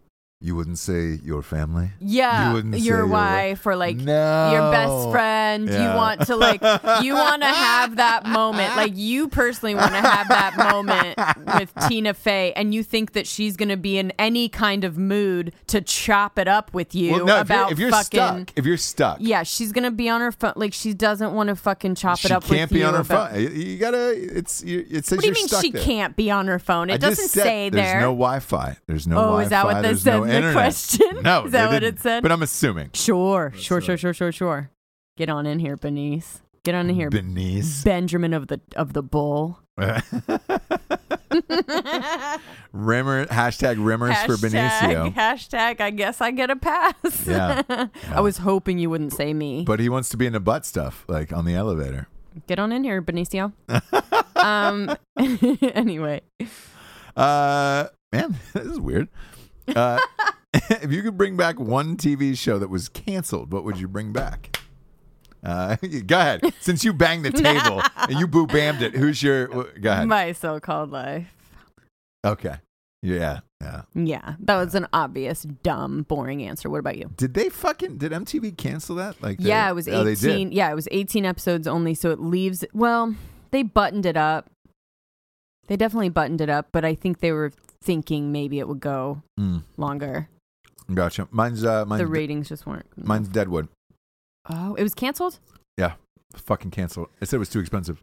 Speaker 1: you wouldn't say your family. You
Speaker 4: Yeah,
Speaker 1: wouldn't say
Speaker 4: your
Speaker 1: your
Speaker 4: wife or like
Speaker 1: No.
Speaker 4: your best friend.
Speaker 1: Yeah.
Speaker 4: You want to like you want to have that moment. Like you personally want to have that moment with Tina Fey, and you think that she's gonna be in any kind of mood to chop it up with you
Speaker 1: Well, no. If you're,
Speaker 4: about
Speaker 1: if you're
Speaker 4: fucking.
Speaker 1: stuck, if you're stuck,
Speaker 4: Yeah, she's gonna be on her phone. Like she doesn't want to fucking chop
Speaker 1: she
Speaker 4: it up
Speaker 1: can't
Speaker 4: with
Speaker 1: be
Speaker 4: you.
Speaker 1: on her
Speaker 4: about-
Speaker 1: phone. You, you gotta. It's. You, it says
Speaker 4: What do you
Speaker 1: you're
Speaker 4: mean
Speaker 1: stuck
Speaker 4: she
Speaker 1: there.
Speaker 4: can't be on her phone? It
Speaker 1: I just
Speaker 4: doesn't
Speaker 1: said
Speaker 4: say
Speaker 1: there's
Speaker 4: there.
Speaker 1: no Wi-Fi. There's no
Speaker 4: Oh,
Speaker 1: Wi-Fi.
Speaker 4: is that what
Speaker 1: there's
Speaker 4: this said
Speaker 1: no
Speaker 4: in the
Speaker 1: internet.
Speaker 4: question?
Speaker 1: No,
Speaker 4: Is
Speaker 1: they
Speaker 4: that what it
Speaker 1: didn't.
Speaker 4: said?
Speaker 1: But I'm assuming.
Speaker 4: Sure, sure, sure, sure, sure, sure. Get on in here, Benice. Get on in here,
Speaker 1: Benice.
Speaker 4: Benjamin of the of the Bull.
Speaker 1: Rimmer hashtag Rimmers for
Speaker 4: hashtag,
Speaker 1: Benicio.
Speaker 4: hashtag. I guess I get a pass.
Speaker 1: Yeah,
Speaker 4: I was hoping you wouldn't say me.
Speaker 1: But he wants to be in the butt stuff, like on the elevator.
Speaker 4: Get on in here, Benicio. um. anyway,
Speaker 1: Uh, man, this is weird. Uh, if you could bring back one TV show that was canceled, what would you bring back? Uh, go ahead. Since you banged the table and you boo bammed it, who's your? wh- Go ahead.
Speaker 4: my so-called life.
Speaker 1: Okay. Yeah. Yeah.
Speaker 4: Yeah, that was an obvious, dumb, boring answer. What about you?
Speaker 1: Did they fucking? Did MTV cancel that? Like. they-
Speaker 4: yeah, it was
Speaker 1: oh, they did.
Speaker 4: eighteen. yeah, it was eighteen episodes only, so it leaves. Well, they buttoned it up. They definitely buttoned it up, but I think they were thinking maybe it would go
Speaker 1: Mm,
Speaker 4: longer.
Speaker 1: gotcha. Mine's uh, mine's
Speaker 4: the ratings just weren't.
Speaker 1: mine's Deadwood.
Speaker 4: oh, it was canceled.
Speaker 1: Fucking canceled. I said it was too expensive.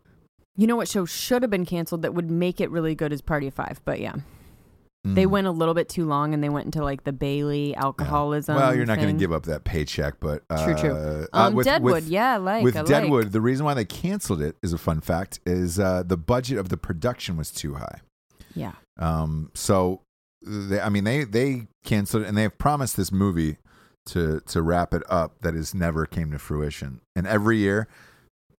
Speaker 4: You know what show should have been canceled that would make it really good is Party of Five, but yeah,
Speaker 1: Mm.
Speaker 4: They went a little bit too long and they went into like the Bailey alcoholism.
Speaker 1: Well, you're not going
Speaker 4: thing.
Speaker 1: to give up that paycheck, but uh,
Speaker 4: True, true.
Speaker 1: uh,
Speaker 4: Um, Deadwood, yeah, I like,
Speaker 1: with
Speaker 4: I like.
Speaker 1: Deadwood, the reason why they canceled it is a fun fact: is uh, the budget of the production was too high.
Speaker 4: Yeah.
Speaker 1: Um, so, they, I mean, they they canceled it, and they have promised this movie to to wrap it up that has never came to fruition. And every year,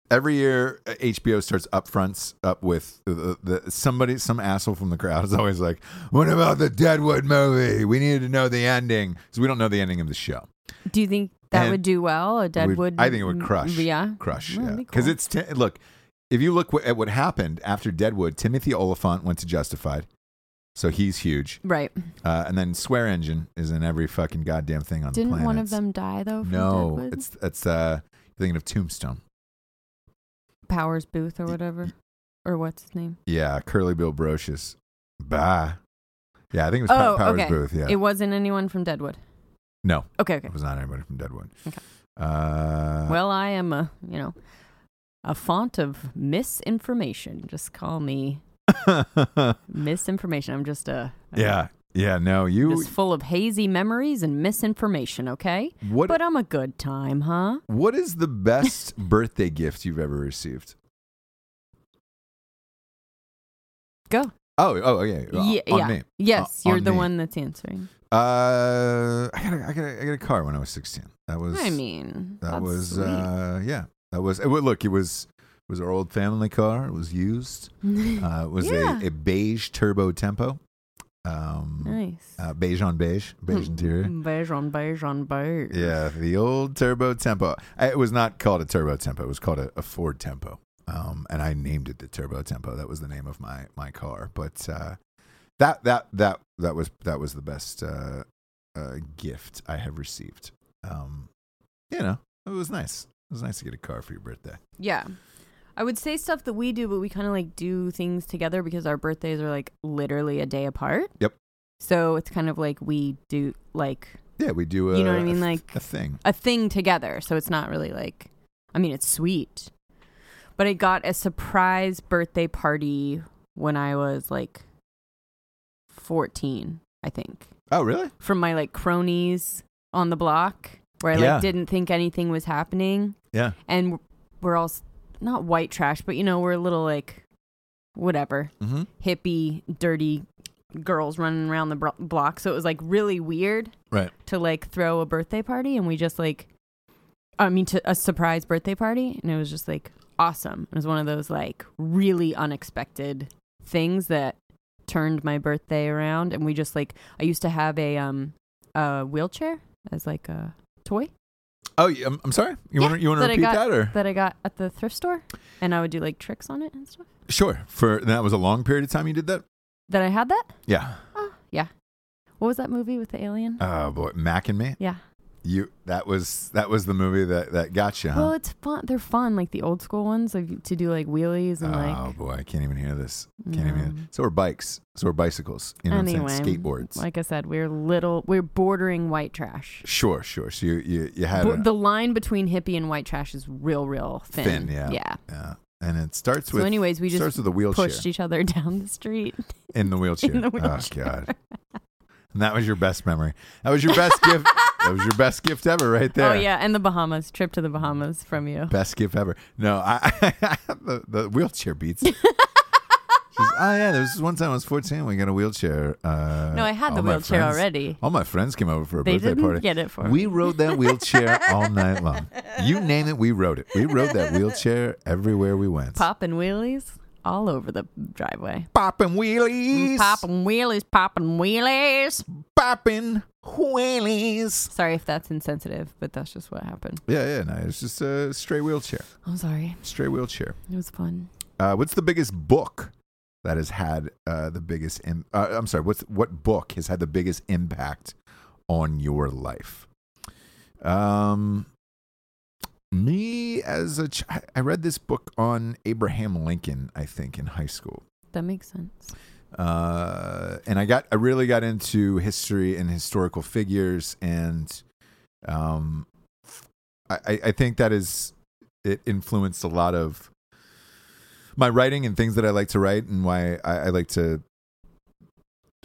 Speaker 1: every year, uh, HBO starts upfronts up with the, the somebody, some asshole from the crowd is always like, "What about the Deadwood movie? We needed to know the ending because we don't know the ending of the show."
Speaker 4: Do you think that
Speaker 1: And
Speaker 4: would do well? A
Speaker 1: We'd-
Speaker 4: Deadwood?
Speaker 1: I think it would crush.
Speaker 4: Yeah.
Speaker 1: crush.
Speaker 4: Well,
Speaker 1: yeah,
Speaker 4: that'd be
Speaker 1: because
Speaker 4: cool.
Speaker 1: it's t- look. If you look wh- at what happened after Deadwood, Timothy Oliphant went to Justified, so he's huge.
Speaker 4: Right.
Speaker 1: Uh, and then Swear Engine is in every fucking goddamn thing on the
Speaker 4: Didn't
Speaker 1: planet.
Speaker 4: one of them die though? From
Speaker 1: No,
Speaker 4: Deadwood?
Speaker 1: it's it's uh, you're thinking of Tombstone.
Speaker 4: Powers Booth or whatever, or what's his name?
Speaker 1: Yeah, Curly Bill Brocious. Bah. Yeah, I think it was Pa-
Speaker 4: Oh,
Speaker 1: Powers
Speaker 4: okay.
Speaker 1: Booth. Yeah,
Speaker 4: It wasn't anyone from Deadwood.
Speaker 1: no,
Speaker 4: Okay. Okay.
Speaker 1: it was not anybody from Deadwood.
Speaker 4: Okay.
Speaker 1: Uh,
Speaker 4: Well, I am a you know a font of misinformation. Just call me misinformation. I'm just a
Speaker 1: yeah, yeah. No, you.
Speaker 4: just full of hazy memories and misinformation. Okay,
Speaker 1: what
Speaker 4: but I'm a good time, huh?
Speaker 1: What is the best birthday gift you've ever received?
Speaker 4: Go.
Speaker 1: Oh, oh, yeah.
Speaker 4: Ye-
Speaker 1: on
Speaker 4: yeah.
Speaker 1: me.
Speaker 4: Yes,
Speaker 1: O-
Speaker 4: you're
Speaker 1: on
Speaker 4: the
Speaker 1: me.
Speaker 4: one that's answering.
Speaker 1: Uh, I got, a, I got, a, I got a car when I was sixteen. That was.
Speaker 4: I mean,
Speaker 1: that
Speaker 4: that's
Speaker 1: was.
Speaker 4: sweet.
Speaker 1: Uh, yeah, that was. It, wa- look, it was. It was our old family car. It was used. Uh, it was
Speaker 4: Mm. Yeah.
Speaker 1: a, a beige turbo tempo. Um,
Speaker 4: nice. Hmm.
Speaker 1: uh, beige on beige, beige interior.
Speaker 4: Beige on beige on beige.
Speaker 1: Yeah, the old Turbo Tempo. I- It was not called a Turbo Tempo. It was called a, a Ford Tempo. Um, and I named it the Turbo Tempo. That was the name of my my car. But uh, that that that that was that was the best uh, uh, gift I have received. Um, you know, it was nice. It was nice to get a car for your birthday.
Speaker 4: Yeah. I would say stuff that we do, but we kind of like do things together because our birthdays are like literally a day apart.
Speaker 1: Yep.
Speaker 4: So it's kind of like we do like
Speaker 1: Yeah, we do. A,
Speaker 4: You know what I mean?
Speaker 1: a th-
Speaker 4: Like-
Speaker 1: a thing.
Speaker 4: a thing together. So it's not really like, I mean, it's sweet. But I got a surprise birthday party when I was like 14, I think,
Speaker 1: Oh, really?
Speaker 4: from my like cronies on the block where I like
Speaker 1: Yeah.
Speaker 4: didn't think anything was happening
Speaker 1: Yeah.
Speaker 4: and we're all s- not white trash, but you know, we're a little like whatever
Speaker 1: Mm-hmm.
Speaker 4: hippie, dirty girls running around the bro- block. So it was like really weird
Speaker 1: Right.
Speaker 4: to like throw a birthday party, and we just like, I mean, to a surprise birthday party, and it was just like awesome. It was one of those like really unexpected things that turned my birthday around, and we just like I used to have a um a wheelchair as like a toy
Speaker 1: Oh, yeah, I'm, I'm sorry. You
Speaker 4: Yeah,
Speaker 1: want you want to
Speaker 4: that I
Speaker 1: repeat
Speaker 4: got-
Speaker 1: that or?
Speaker 4: that I got at the thrift store, and I would do like tricks on it and stuff.
Speaker 1: Sure. For that was a long period of time you did that.
Speaker 4: That I had that?
Speaker 1: Yeah.
Speaker 4: Oh, yeah. What was that movie with the alien?
Speaker 1: Oh boy, Mac and me.
Speaker 4: yeah.
Speaker 1: You that was that was the movie that that got you, huh?
Speaker 4: Well, it's fun. They're fun, like the old school ones, like to do like wheelies and
Speaker 1: oh
Speaker 4: like.
Speaker 1: boy, I can't even hear this. Can't
Speaker 4: No.
Speaker 1: even. So are bikes. So are bicycles. You know
Speaker 4: anyway,
Speaker 1: what I'm saying? Skateboards.
Speaker 4: Like I said, we're little. We're bordering white trash.
Speaker 1: sure, sure. So you you, you had
Speaker 4: Bo-
Speaker 1: a-
Speaker 4: the line between hippie and white trash is real, real thin.
Speaker 1: Thin, yeah.
Speaker 4: Yeah.
Speaker 1: yeah. And it starts
Speaker 4: So
Speaker 1: with
Speaker 4: anyways, we just
Speaker 1: starts with a wheelchair
Speaker 4: Pushed each other down the street.
Speaker 1: in the wheelchair.
Speaker 4: in the
Speaker 1: Oh
Speaker 4: wheelchair.
Speaker 1: god. And that was your best memory. That was your best gift. That was your best gift ever, right there.
Speaker 4: Oh yeah, and the Bahamas trip to the Bahamas from you.
Speaker 1: Best gift ever. No, I, the, the wheelchair beats. She's, oh yeah, there was this one time I was 14. We got a wheelchair. Uh,
Speaker 4: No, I had the
Speaker 1: all my
Speaker 4: wheelchair
Speaker 1: friends-
Speaker 4: already.
Speaker 1: All my friends came over for a
Speaker 4: They
Speaker 1: birthday
Speaker 4: didn't
Speaker 1: party.
Speaker 4: get it for
Speaker 1: We
Speaker 4: me.
Speaker 1: rode that wheelchair all night long. You name it, we rode it. We rode that wheelchair everywhere we went.
Speaker 4: Popping wheelies all over the driveway.
Speaker 1: Popping
Speaker 4: Mm,
Speaker 1: wheelies.
Speaker 4: Popping wheelies, popping wheelies.
Speaker 1: Popping wheelies.
Speaker 4: Sorry if that's insensitive, but that's just what happened.
Speaker 1: Yeah, yeah, no, it's just a stray wheelchair.
Speaker 4: I'm sorry.
Speaker 1: Stray wheelchair.
Speaker 4: It was fun.
Speaker 1: Uh, what's the biggest book that has had uh, the biggest? Im- uh, I'm sorry. What's what book has had the biggest impact on your life? Um, me as a ch- I read this book on Abraham Lincoln, I think, in high school
Speaker 4: That makes sense.
Speaker 1: uh, and I got I really got into history and historical figures, and um, I, I- I think that is it influenced a lot of my writing and things that I like to write and why I, I like to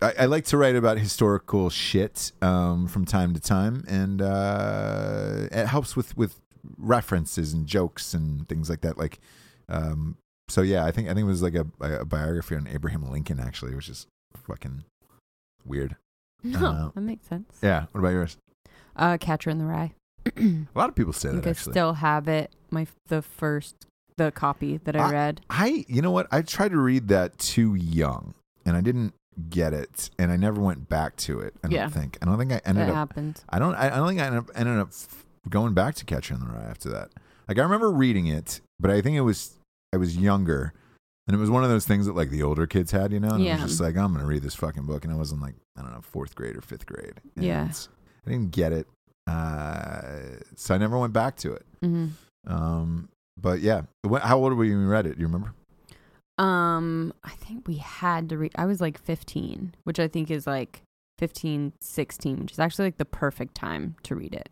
Speaker 1: I, I like to write about historical shit um, from time to time, and uh, it helps with with references and jokes and things like that. Like, um, so yeah, I think I think it was like a, a biography on Abraham Lincoln actually, which is fucking weird.
Speaker 4: No,
Speaker 1: Uh,
Speaker 4: that makes sense.
Speaker 1: Yeah. What about yours?
Speaker 4: Uh, Catcher in the Rye.
Speaker 1: A lot of people say
Speaker 4: I
Speaker 1: that
Speaker 4: think I
Speaker 1: actually.
Speaker 4: still have it. My the first the copy that I
Speaker 1: I-
Speaker 4: read.
Speaker 1: I you know what? I tried to read that too young, and I didn't get it, and I never went back to it. I don't
Speaker 4: Yeah.
Speaker 1: think. I don't think I ended
Speaker 4: That
Speaker 1: up.
Speaker 4: happened.
Speaker 1: I don't. I, I don't think I ended up, ended up f- going back to Catcher in the Rye after that. Like I remember reading it, but I think it was I was younger, and it was one of those things that like the older kids had, you know. And I
Speaker 4: Yeah.
Speaker 1: was just like, I'm gonna read this fucking book, and I was in like I don't know fourth grade or fifth grade. And
Speaker 4: Yeah.
Speaker 1: I didn't get it, uh, so I never went back to it.
Speaker 4: hmm
Speaker 1: Um, but yeah, Wh- how old were you when you read it? Do you remember?
Speaker 4: Um, I think we had to read. I was like 15, which I think is like 15, 16, which is actually like the perfect time to read it.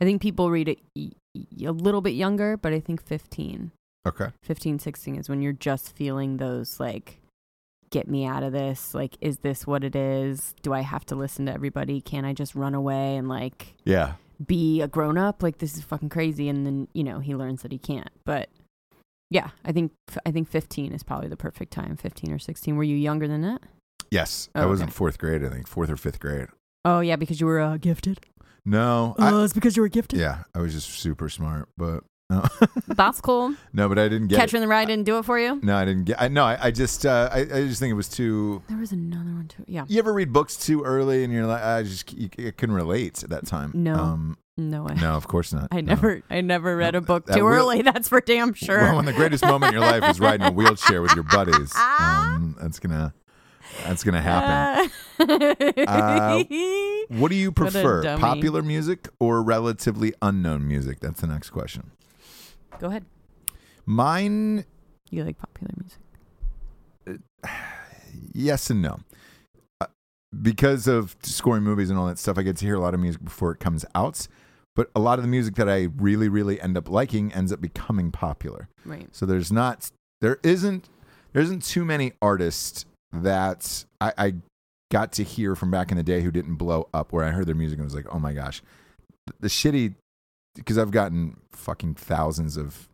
Speaker 4: I think people read it y- y- a little bit younger, but I think 15,
Speaker 1: Okay.
Speaker 4: 15, 16 is when you're just feeling those like, get me out of this. Like, is this what it is? Do I have to listen to everybody? Can I just run away and like
Speaker 1: Yeah.
Speaker 4: be a grown up? Like, this is fucking crazy. And then, you know, he learns that he can't. But yeah, I think I think 15 is probably the perfect time. 15 or 16. Were you younger than that?
Speaker 1: Yes,
Speaker 4: Oh,
Speaker 1: I was
Speaker 4: okay.
Speaker 1: in fourth grade. I think fourth or fifth grade.
Speaker 4: Oh yeah, because you were uh, gifted.
Speaker 1: No, I,
Speaker 4: Oh, it's because you were gifted.
Speaker 1: yeah, I was just super smart, but uh, no,
Speaker 4: That's cool.
Speaker 1: no but I didn't get. it.
Speaker 4: Catcher in the Rye didn't do it for you.
Speaker 1: No, I didn't get. I no, I, I just uh, I, I just think it was too.
Speaker 4: There was another one too. Yeah.
Speaker 1: You ever read books too early, and you're like, I just you, I couldn't relate at that time.
Speaker 4: No.
Speaker 1: um,
Speaker 4: No way.
Speaker 1: no, of course not.
Speaker 4: I
Speaker 1: No.
Speaker 4: never I never read a book
Speaker 1: that
Speaker 4: too
Speaker 1: will-
Speaker 4: early. That's for damn sure.
Speaker 1: Well, when the greatest moment in your life is riding a wheelchair with your buddies, um, that's gonna that's gonna happen.
Speaker 4: Uh,
Speaker 1: what do you
Speaker 4: Ah, what a
Speaker 1: prefer,
Speaker 4: dummy.
Speaker 1: popular music or relatively unknown music? That's the next question.
Speaker 4: Go ahead.
Speaker 1: Mine
Speaker 4: You like popular music.
Speaker 1: yes and no. Uh, Because of scoring movies and all that stuff, I get to hear a lot of music before it comes out. But a lot of the music that I really, really end up liking ends up becoming popular.
Speaker 4: Right.
Speaker 1: So there's not, there isn't, there isn't too many artists that I, I got to hear from back in the day who didn't blow up. Where I heard their music and was like, oh my gosh, the shitty, because I've gotten fucking thousands of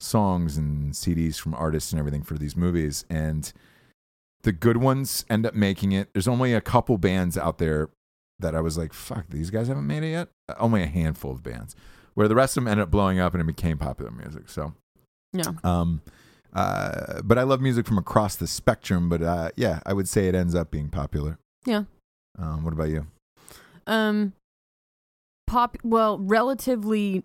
Speaker 1: songs and CDs from artists and everything for these movies, and the good ones end up making it. There's only a couple bands out there that I was like, fuck, these guys haven't made it yet. Uh, Only a handful of bands. Where the rest of them ended up blowing up and it became popular music. So
Speaker 4: No.
Speaker 1: um, uh, but I love music from across the spectrum. But uh, yeah, I would say it ends up being popular.
Speaker 4: Yeah.
Speaker 1: Um, what about you?
Speaker 4: Um, pop. Well, relatively,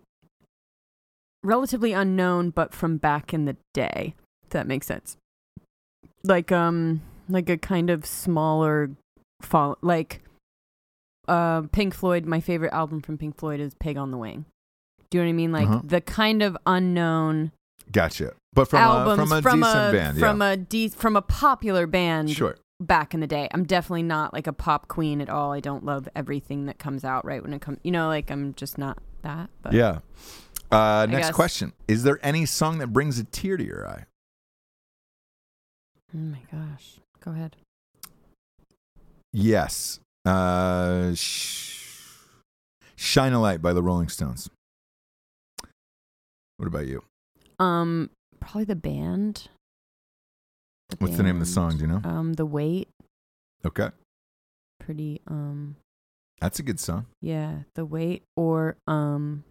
Speaker 4: relatively unknown, but from back in the day. If that makes sense. Like um, like a kind of smaller, fall like, uh, Pink Floyd. My favorite album from Pink Floyd is Pig on the Wing. Do you know what I mean? Like
Speaker 1: Uh-huh.
Speaker 4: the kind of unknown
Speaker 1: Gotcha. But from
Speaker 4: albums
Speaker 1: a, from a decent band,
Speaker 4: from
Speaker 1: yeah.
Speaker 4: a de- from a popular band
Speaker 1: sure.
Speaker 4: back in the day. I'm definitely not like a pop queen at all. I don't love everything that comes out right when it comes. You know, like I'm just not that. But
Speaker 1: Yeah. Uh, next
Speaker 4: guess.
Speaker 1: question: Is there any song that brings a tear to your eye?
Speaker 4: Oh my gosh. Go ahead.
Speaker 1: Yes. Uh, sh- Shine a light by the Rolling Stones. What about you?
Speaker 4: Um, probably the band.
Speaker 1: What's the name of the
Speaker 4: band.
Speaker 1: song? Do you know?
Speaker 4: Um, the weight.
Speaker 1: Okay,
Speaker 4: Pretty. Um,
Speaker 1: that's a good song.
Speaker 4: yeah, the weight or um,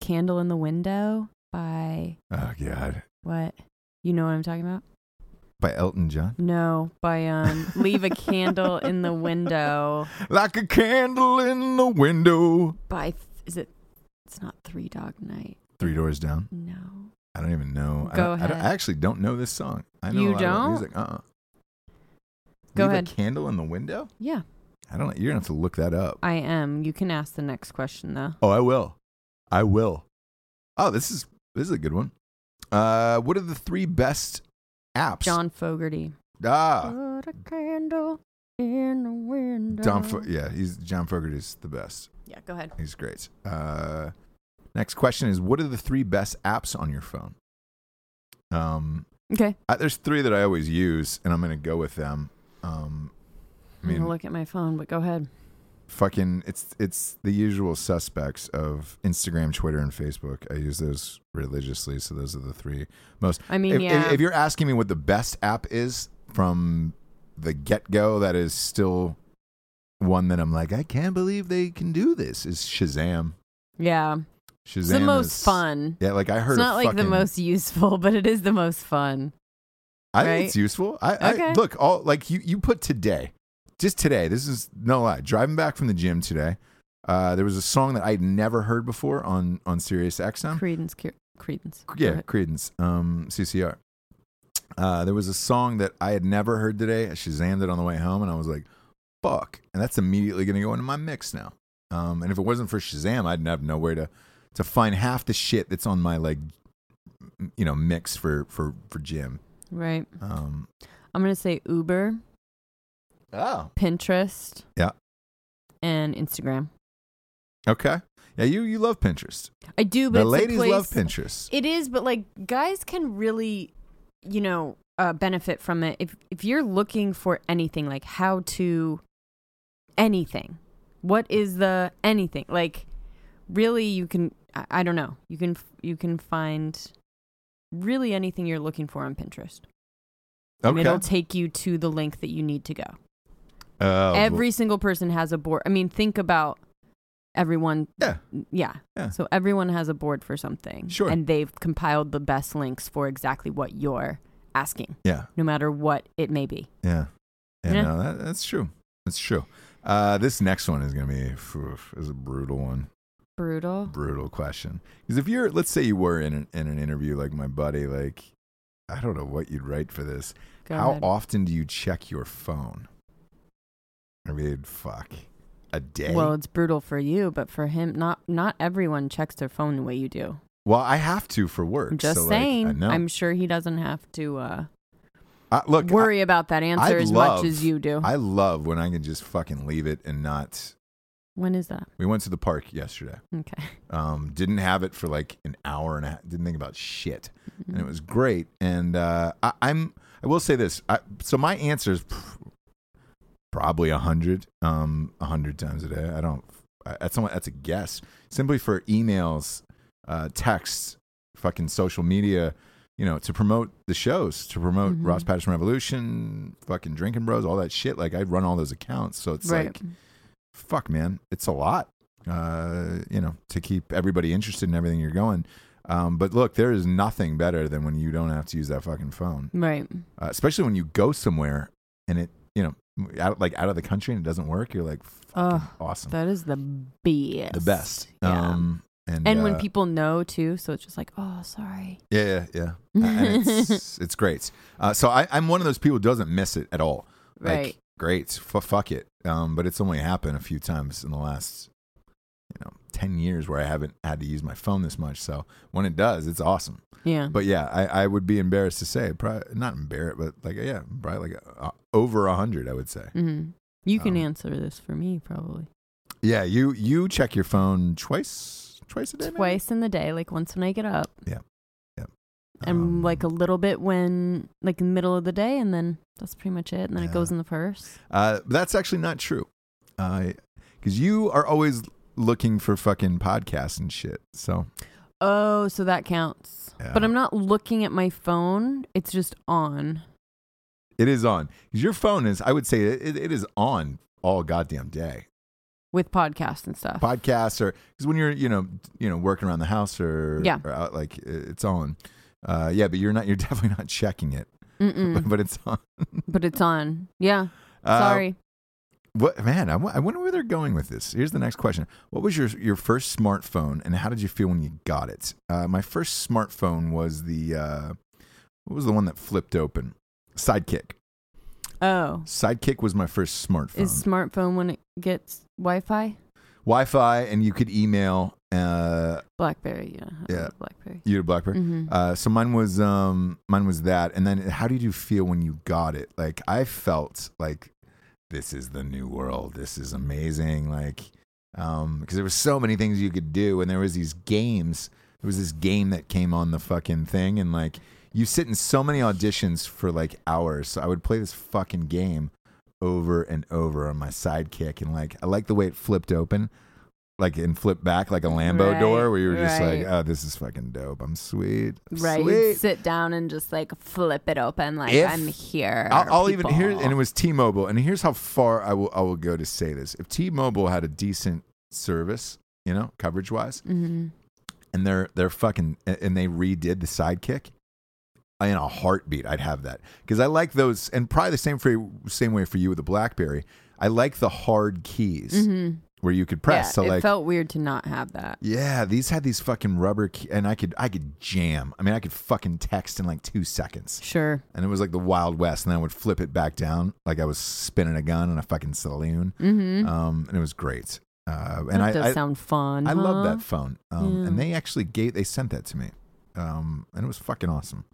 Speaker 4: candle in the window by
Speaker 1: Oh God,
Speaker 4: what? You know what I'm talking about?
Speaker 1: by Elton John.
Speaker 4: No, by um, leave a candle in the window.
Speaker 1: Like a candle in the window.
Speaker 4: by th- is it it's not three dog night
Speaker 1: Three Doors Down.
Speaker 4: no
Speaker 1: I don't even know. I
Speaker 4: Go
Speaker 1: don't- I, don't, I
Speaker 4: ahead.
Speaker 1: actually don't know this song. I know
Speaker 4: You
Speaker 1: a lot about
Speaker 4: don't?
Speaker 1: music. Uh-uh.
Speaker 4: Go
Speaker 1: Leave
Speaker 4: ahead.
Speaker 1: A candle in the window.
Speaker 4: yeah
Speaker 1: I don't. You're gonna have to look that up.
Speaker 4: i am you can ask the next question though
Speaker 1: Oh, I will. I will. Oh, this is this is a good one. Uh, what are the three best apps?
Speaker 4: john fogerty
Speaker 1: Ah,
Speaker 4: put a candle in the window
Speaker 1: John. Fo- yeah, he's John Fogerty's the best.
Speaker 4: yeah go ahead
Speaker 1: He's great. Uh, next question is: What are the three best apps on your phone? Um,
Speaker 4: okay
Speaker 1: I, there's three that I always use, and I'm going to go with them. Um, I
Speaker 4: I'm
Speaker 1: mean,
Speaker 4: gonna look at my phone, but go ahead.
Speaker 1: fucking it's it's the usual suspects of Instagram, Twitter, and Facebook. I use those religiously, so those are the three most.
Speaker 4: I mean,
Speaker 1: if,
Speaker 4: yeah.
Speaker 1: if, if you're asking me what the best app is from the get go, that is still one that I'm like, I can't believe they can do this. Is Shazam?
Speaker 4: Yeah,
Speaker 1: Shazam
Speaker 4: it's the most
Speaker 1: is-
Speaker 4: fun.
Speaker 1: Yeah, like I heard.
Speaker 4: It's
Speaker 1: a
Speaker 4: not like the
Speaker 1: fucking-
Speaker 4: most useful, but it is the most fun.
Speaker 1: I
Speaker 4: right?
Speaker 1: think it's useful. I, I
Speaker 4: Okay.
Speaker 1: look all like you you put today, just today. This is no lie. Driving back from the gym today, uh, there was a song that I'd never heard before on on Sirius XM.
Speaker 4: Credence, cre- credence. Go
Speaker 1: yeah,
Speaker 4: ahead.
Speaker 1: Credence, um, CCR. Uh, there was a song that I had never heard today. I shazammed it on the way home, and I was like, "Fuck!" And that's immediately going to go into my mix now. Um, and if it wasn't for Shazam, I'd have nowhere to to find half the shit that's on my like, m- you know, mix for for for gym.
Speaker 4: right.
Speaker 1: Um,
Speaker 4: I'm gonna say Uber,
Speaker 1: oh,
Speaker 4: Pinterest,
Speaker 1: Yeah.
Speaker 4: and Instagram.
Speaker 1: Okay. Yeah, you you love Pinterest.
Speaker 4: I do, but
Speaker 1: The
Speaker 4: it's
Speaker 1: ladies
Speaker 4: a place,
Speaker 1: love Pinterest.
Speaker 4: It is, but like guys can really, you know, uh, benefit from it if if you're looking for anything like how to anything. What is the anything like? Really, you can. I, I don't know. You can you can find really anything you're looking for on Pinterest. And
Speaker 1: Okay.
Speaker 4: it'll take you to the link that you need to go.
Speaker 1: Oh,
Speaker 4: Every single person has a board. I mean, think about everyone.
Speaker 1: Yeah.
Speaker 4: Yeah.
Speaker 1: Yeah.
Speaker 4: So everyone has a board for something.
Speaker 1: Sure.
Speaker 4: And they've compiled the best links for exactly what you're asking,
Speaker 1: yeah,
Speaker 4: no matter what it may be.
Speaker 1: yeah, yeah.
Speaker 4: Yeah.
Speaker 1: No, that, that's true. That's true. Uh, this next one is gonna be phew, is a brutal one,
Speaker 4: Brutal.
Speaker 1: brutal question. Because if you're, let's say you were in an, in an interview like my buddy, like I don't know what you'd write for this.
Speaker 4: Go
Speaker 1: How
Speaker 4: ahead.
Speaker 1: often do you check your phone? I mean, fuck, a day.
Speaker 4: Well, it's brutal for you, but for him, not not everyone checks their phone the way you do.
Speaker 1: Well, I have to for work.
Speaker 4: I'm just
Speaker 1: so, like,
Speaker 4: saying.
Speaker 1: I know.
Speaker 4: am sure he doesn't have to uh,
Speaker 1: I- look, I-
Speaker 4: worry about that answer
Speaker 1: I'd
Speaker 4: as
Speaker 1: love-
Speaker 4: much as you do.
Speaker 1: I love when I can just fucking leave it and not.
Speaker 4: when is that?
Speaker 1: We went to the park yesterday.
Speaker 4: Okay.
Speaker 1: Um, didn't have it for like an hour and a half. Didn't think about shit, and
Speaker 4: Mm-hmm.
Speaker 1: it was great. And uh, I, I'm. I will say this. I, so my answer is pr- probably a hundred. Um, a hundred times a day. I don't. I, that's not, That's a guess. Simply for emails, uh, texts, fucking social media. You know, to promote the shows, to promote
Speaker 4: Mhm.
Speaker 1: Ross Patterson Revolution, fucking Drinking Bros, all that shit. Like I run all those accounts, so it's
Speaker 4: right.
Speaker 1: like fuck man it's a lot uh you know to keep everybody interested in everything you're going um but look there is nothing better than when you don't have to use that fucking phone
Speaker 4: right.
Speaker 1: uh, especially when you go somewhere and it you know out like out of the country and it doesn't work you're like fucking
Speaker 4: Ugh,
Speaker 1: awesome
Speaker 4: That is the BS.
Speaker 1: the best
Speaker 4: Yeah.
Speaker 1: um and,
Speaker 4: and
Speaker 1: uh,
Speaker 4: when people know too, so it's just like, oh, sorry.
Speaker 1: yeah yeah, yeah. and it's, it's great uh so I, i'm one of those people who doesn't miss it at all like,
Speaker 4: Right.
Speaker 1: great F- fuck it um but it's only happened a few times in the last you know 10 years where i haven't had to use my phone this much so when it does it's awesome
Speaker 4: Yeah.
Speaker 1: but yeah i, I would be embarrassed to say probably not embarrassed but like yeah probably like uh, over a 100 i would say
Speaker 4: Mhm. You can
Speaker 1: Um,
Speaker 4: answer this for me probably
Speaker 1: yeah you you check your phone twice twice a day maybe?
Speaker 4: twice in the day, like once when I get up, and
Speaker 1: Um,
Speaker 4: like a little bit when like in the middle of the day, and then that's pretty much it. And then
Speaker 1: Yeah.
Speaker 4: it goes in the purse.
Speaker 1: Uh, but that's actually not true. Because you are always looking for fucking podcasts and shit. So,
Speaker 4: Oh, so that counts. But
Speaker 1: Yeah.
Speaker 4: I'm not looking at my phone; it's just on.
Speaker 1: it is on. 'Cause your phone is, I would say, it, it is on all goddamn day.
Speaker 4: With podcasts and stuff.
Speaker 1: Podcasts or because when you're you know you know working around the house or
Speaker 4: Yeah.
Speaker 1: or out, like it- it's on. Uh, yeah, but you're not. You're definitely not checking it.
Speaker 4: Mm-mm,
Speaker 1: but it's on.
Speaker 4: but it's on. Yeah.
Speaker 1: Uh,
Speaker 4: Mm. Sorry.
Speaker 1: What man? I wa- I wonder where they're going with this. Here's the next question: What was your your first smartphone, and how did you feel when you got it? Uh, my first smartphone was the uh, what was the one that flipped open? Sidekick.
Speaker 4: Oh,
Speaker 1: Sidekick was my first smartphone.
Speaker 4: is smartphone when it gets Wi-Fi?
Speaker 1: Wi-Fi, and you could email. Uh,
Speaker 4: BlackBerry. Yeah. I
Speaker 1: Yeah.
Speaker 4: love BlackBerry.
Speaker 1: you had a BlackBerry.
Speaker 4: Mm-hmm.
Speaker 1: Uh, so mine was um, mine was that. And then, how did you feel when you got it? Like I felt like this is the new world. This is amazing. Like um, because there were so many things you could do, and there was these games. There was this game that came on the fucking thing, and like you sit in so many auditions for like hours. So I would play this fucking game over and over on my sidekick, and like I like the way it flipped open, like and flipped back like a Lambo
Speaker 4: Right,
Speaker 1: door, where you were just like,
Speaker 4: right.
Speaker 1: "Oh, this is fucking dope. I'm sweet, I'm
Speaker 4: Right. You'd
Speaker 1: Sweet.
Speaker 4: sit down and just like flip it open, like
Speaker 1: If-
Speaker 4: I'm here.
Speaker 1: I'll, I'll even
Speaker 4: people."
Speaker 1: here, and it was T-Mobile, and here's how far I will I will go to say this: if T-Mobile had a decent service, you know, coverage wise,
Speaker 4: Mhm.
Speaker 1: and they're they're fucking and they redid the sidekick in a heartbeat i'd have that because i like those and probably the same for same way for you with the blackberry i like the hard keys where you could press
Speaker 4: Mm-hmm.
Speaker 1: so
Speaker 4: Yeah, it
Speaker 1: like
Speaker 4: felt weird to not have that.
Speaker 1: yeah these had these fucking rubber key, and i could i could jam i mean i could fucking text in like two seconds
Speaker 4: Sure.
Speaker 1: and it was like the Wild West. And then I would flip it back down, like I was spinning a gun in a fucking saloon.
Speaker 4: Mm-hmm.
Speaker 1: Um, and it was great. Uh, and
Speaker 4: that
Speaker 1: I,
Speaker 4: does
Speaker 1: I,
Speaker 4: sound fun.
Speaker 1: I love
Speaker 4: huh?
Speaker 1: that phone. Um,
Speaker 4: Yeah.
Speaker 1: And they actually gave, they sent that to me, um, and it was fucking awesome.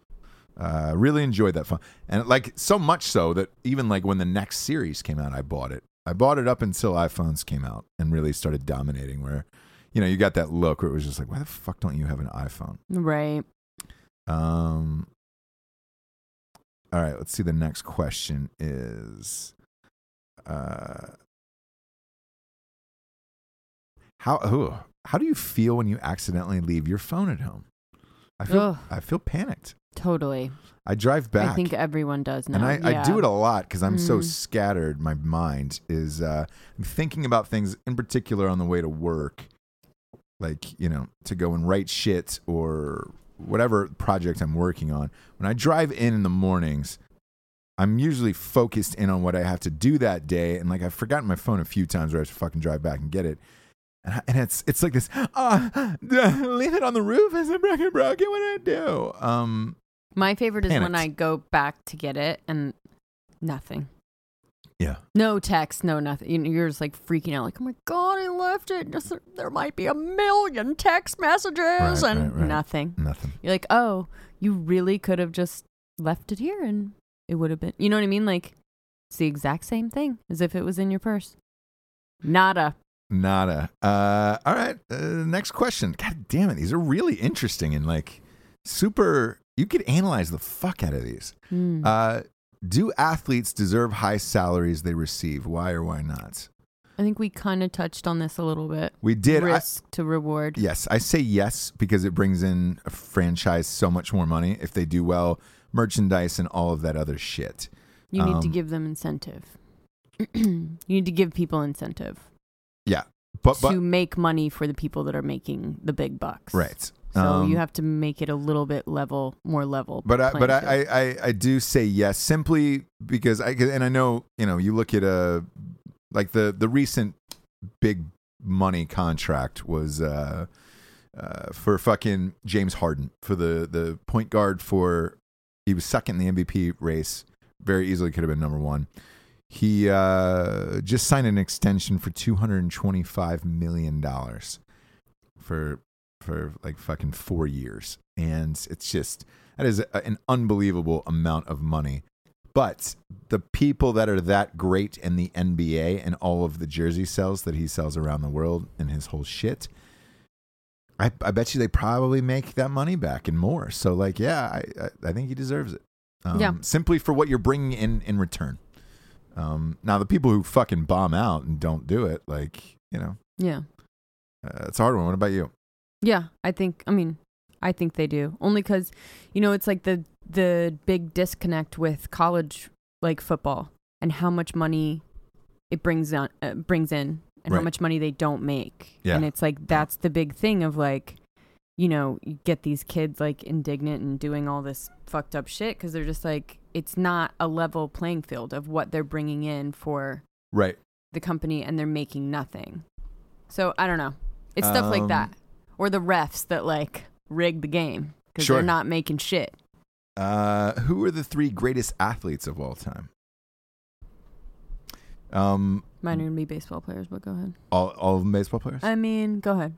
Speaker 1: Uh, really enjoyed that phone, and like so much so that even like when the next series came out, I bought it. I bought it up until iPhones came out and really started dominating. Where, you know, you got that look where it was just like, why the fuck don't you have an iPhone?
Speaker 4: Right.
Speaker 1: Um. All right, let's see. The next question is, uh, how ooh, how do you feel when you accidentally leave your phone at home? I feel
Speaker 4: Ugh.
Speaker 1: I feel panicked.
Speaker 4: Totally.
Speaker 1: I drive back,
Speaker 4: I think everyone does now.
Speaker 1: and I, I do
Speaker 4: Yeah.
Speaker 1: it a lot because I'm so
Speaker 4: Mhm.
Speaker 1: scattered. My mind is uh, I'm thinking about things in particular on the way to work, like you know, to go and write shit or whatever project I'm working on. When I drive in in the mornings, I'm usually focused in on what I have to do that day, and like I've forgotten my phone a few times where I have to fucking drive back and get it. And, I, and it's it's like this. Ah, leave it on the roof. Is it broken? Broken? What do I do? Um,
Speaker 4: My favorite is when
Speaker 1: Panicked.
Speaker 4: I go back to get it and nothing.
Speaker 1: yeah.
Speaker 4: No text, no nothing. You know, You're just like freaking out, like, oh my God, I left it. Just- uh, There might be a million text messages
Speaker 1: Right,
Speaker 4: and
Speaker 1: right, right.
Speaker 4: nothing.
Speaker 1: Nothing.
Speaker 4: You're like, oh, you really could have just left it here and it would have been, you know what I mean? Like, it's the exact same thing as if it was in your purse. Nada.
Speaker 1: Nada. Uh, all right. Uh, next question. God damn it. These are really interesting and like super. You could analyze the fuck out of these.
Speaker 4: Hmm.
Speaker 1: Uh, do athletes deserve high salaries they receive? Why or why not?
Speaker 4: I think we kind of touched on this a little bit.
Speaker 1: We did. I,
Speaker 4: Risk to reward.
Speaker 1: yes. I say yes because it brings in a franchise so much more money if they do well, merchandise and all of that other shit.
Speaker 4: You need to
Speaker 1: Um,
Speaker 4: give them incentive. you need to give people incentive
Speaker 1: But, but,
Speaker 4: to make money for the people that are making the big bucks.
Speaker 1: right.
Speaker 4: So
Speaker 1: Um,
Speaker 4: you have to make it a little bit level, more level.
Speaker 1: But I,
Speaker 4: playing
Speaker 1: but
Speaker 4: field.
Speaker 1: I, I, I, I do say yes simply because I and I know you know you look at a like the the recent big money contract was uh, uh, for fucking James Harden for the the point guard for he was second in the MVP race very easily could have been number one. He uh, just signed an extension for two hundred and twenty five million dollars for for like fucking four years, and it's just that is a, an unbelievable amount of money. But the people that are that great in the NBA and all of the jersey sales that he sells around the world and his whole shit, I, I bet you they probably make that money back and more. So like, yeah, I, I, I think he deserves it. Um,
Speaker 4: Yeah.
Speaker 1: Simply for what you're bringing in in return. Um, now the people who fucking bomb out and don't do it, like you know,
Speaker 4: yeah,
Speaker 1: uh, it's a hard one. What about you?
Speaker 4: yeah. I think. I mean, I think they do only because, you know, it's like the the big disconnect with college like football and how much money it brings on uh, brings in and
Speaker 1: Right.
Speaker 4: how much money they don't make.
Speaker 1: Yeah.
Speaker 4: And it's like that's the big thing of like, you know, you get these kids like indignant and doing all this fucked up shit because they're just like it's not a level playing field of what they're bringing in for
Speaker 1: Right.
Speaker 4: the company and they're making nothing. So I don't know. It's stuff
Speaker 1: Um,
Speaker 4: like that. Or the refs that like rig the game because
Speaker 1: Sure.
Speaker 4: they're not making shit.
Speaker 1: Uh, who are the three greatest athletes of all time? Um,
Speaker 4: Mine are going to be baseball players, but go ahead.
Speaker 1: all all of them baseball players.
Speaker 4: I mean, go ahead.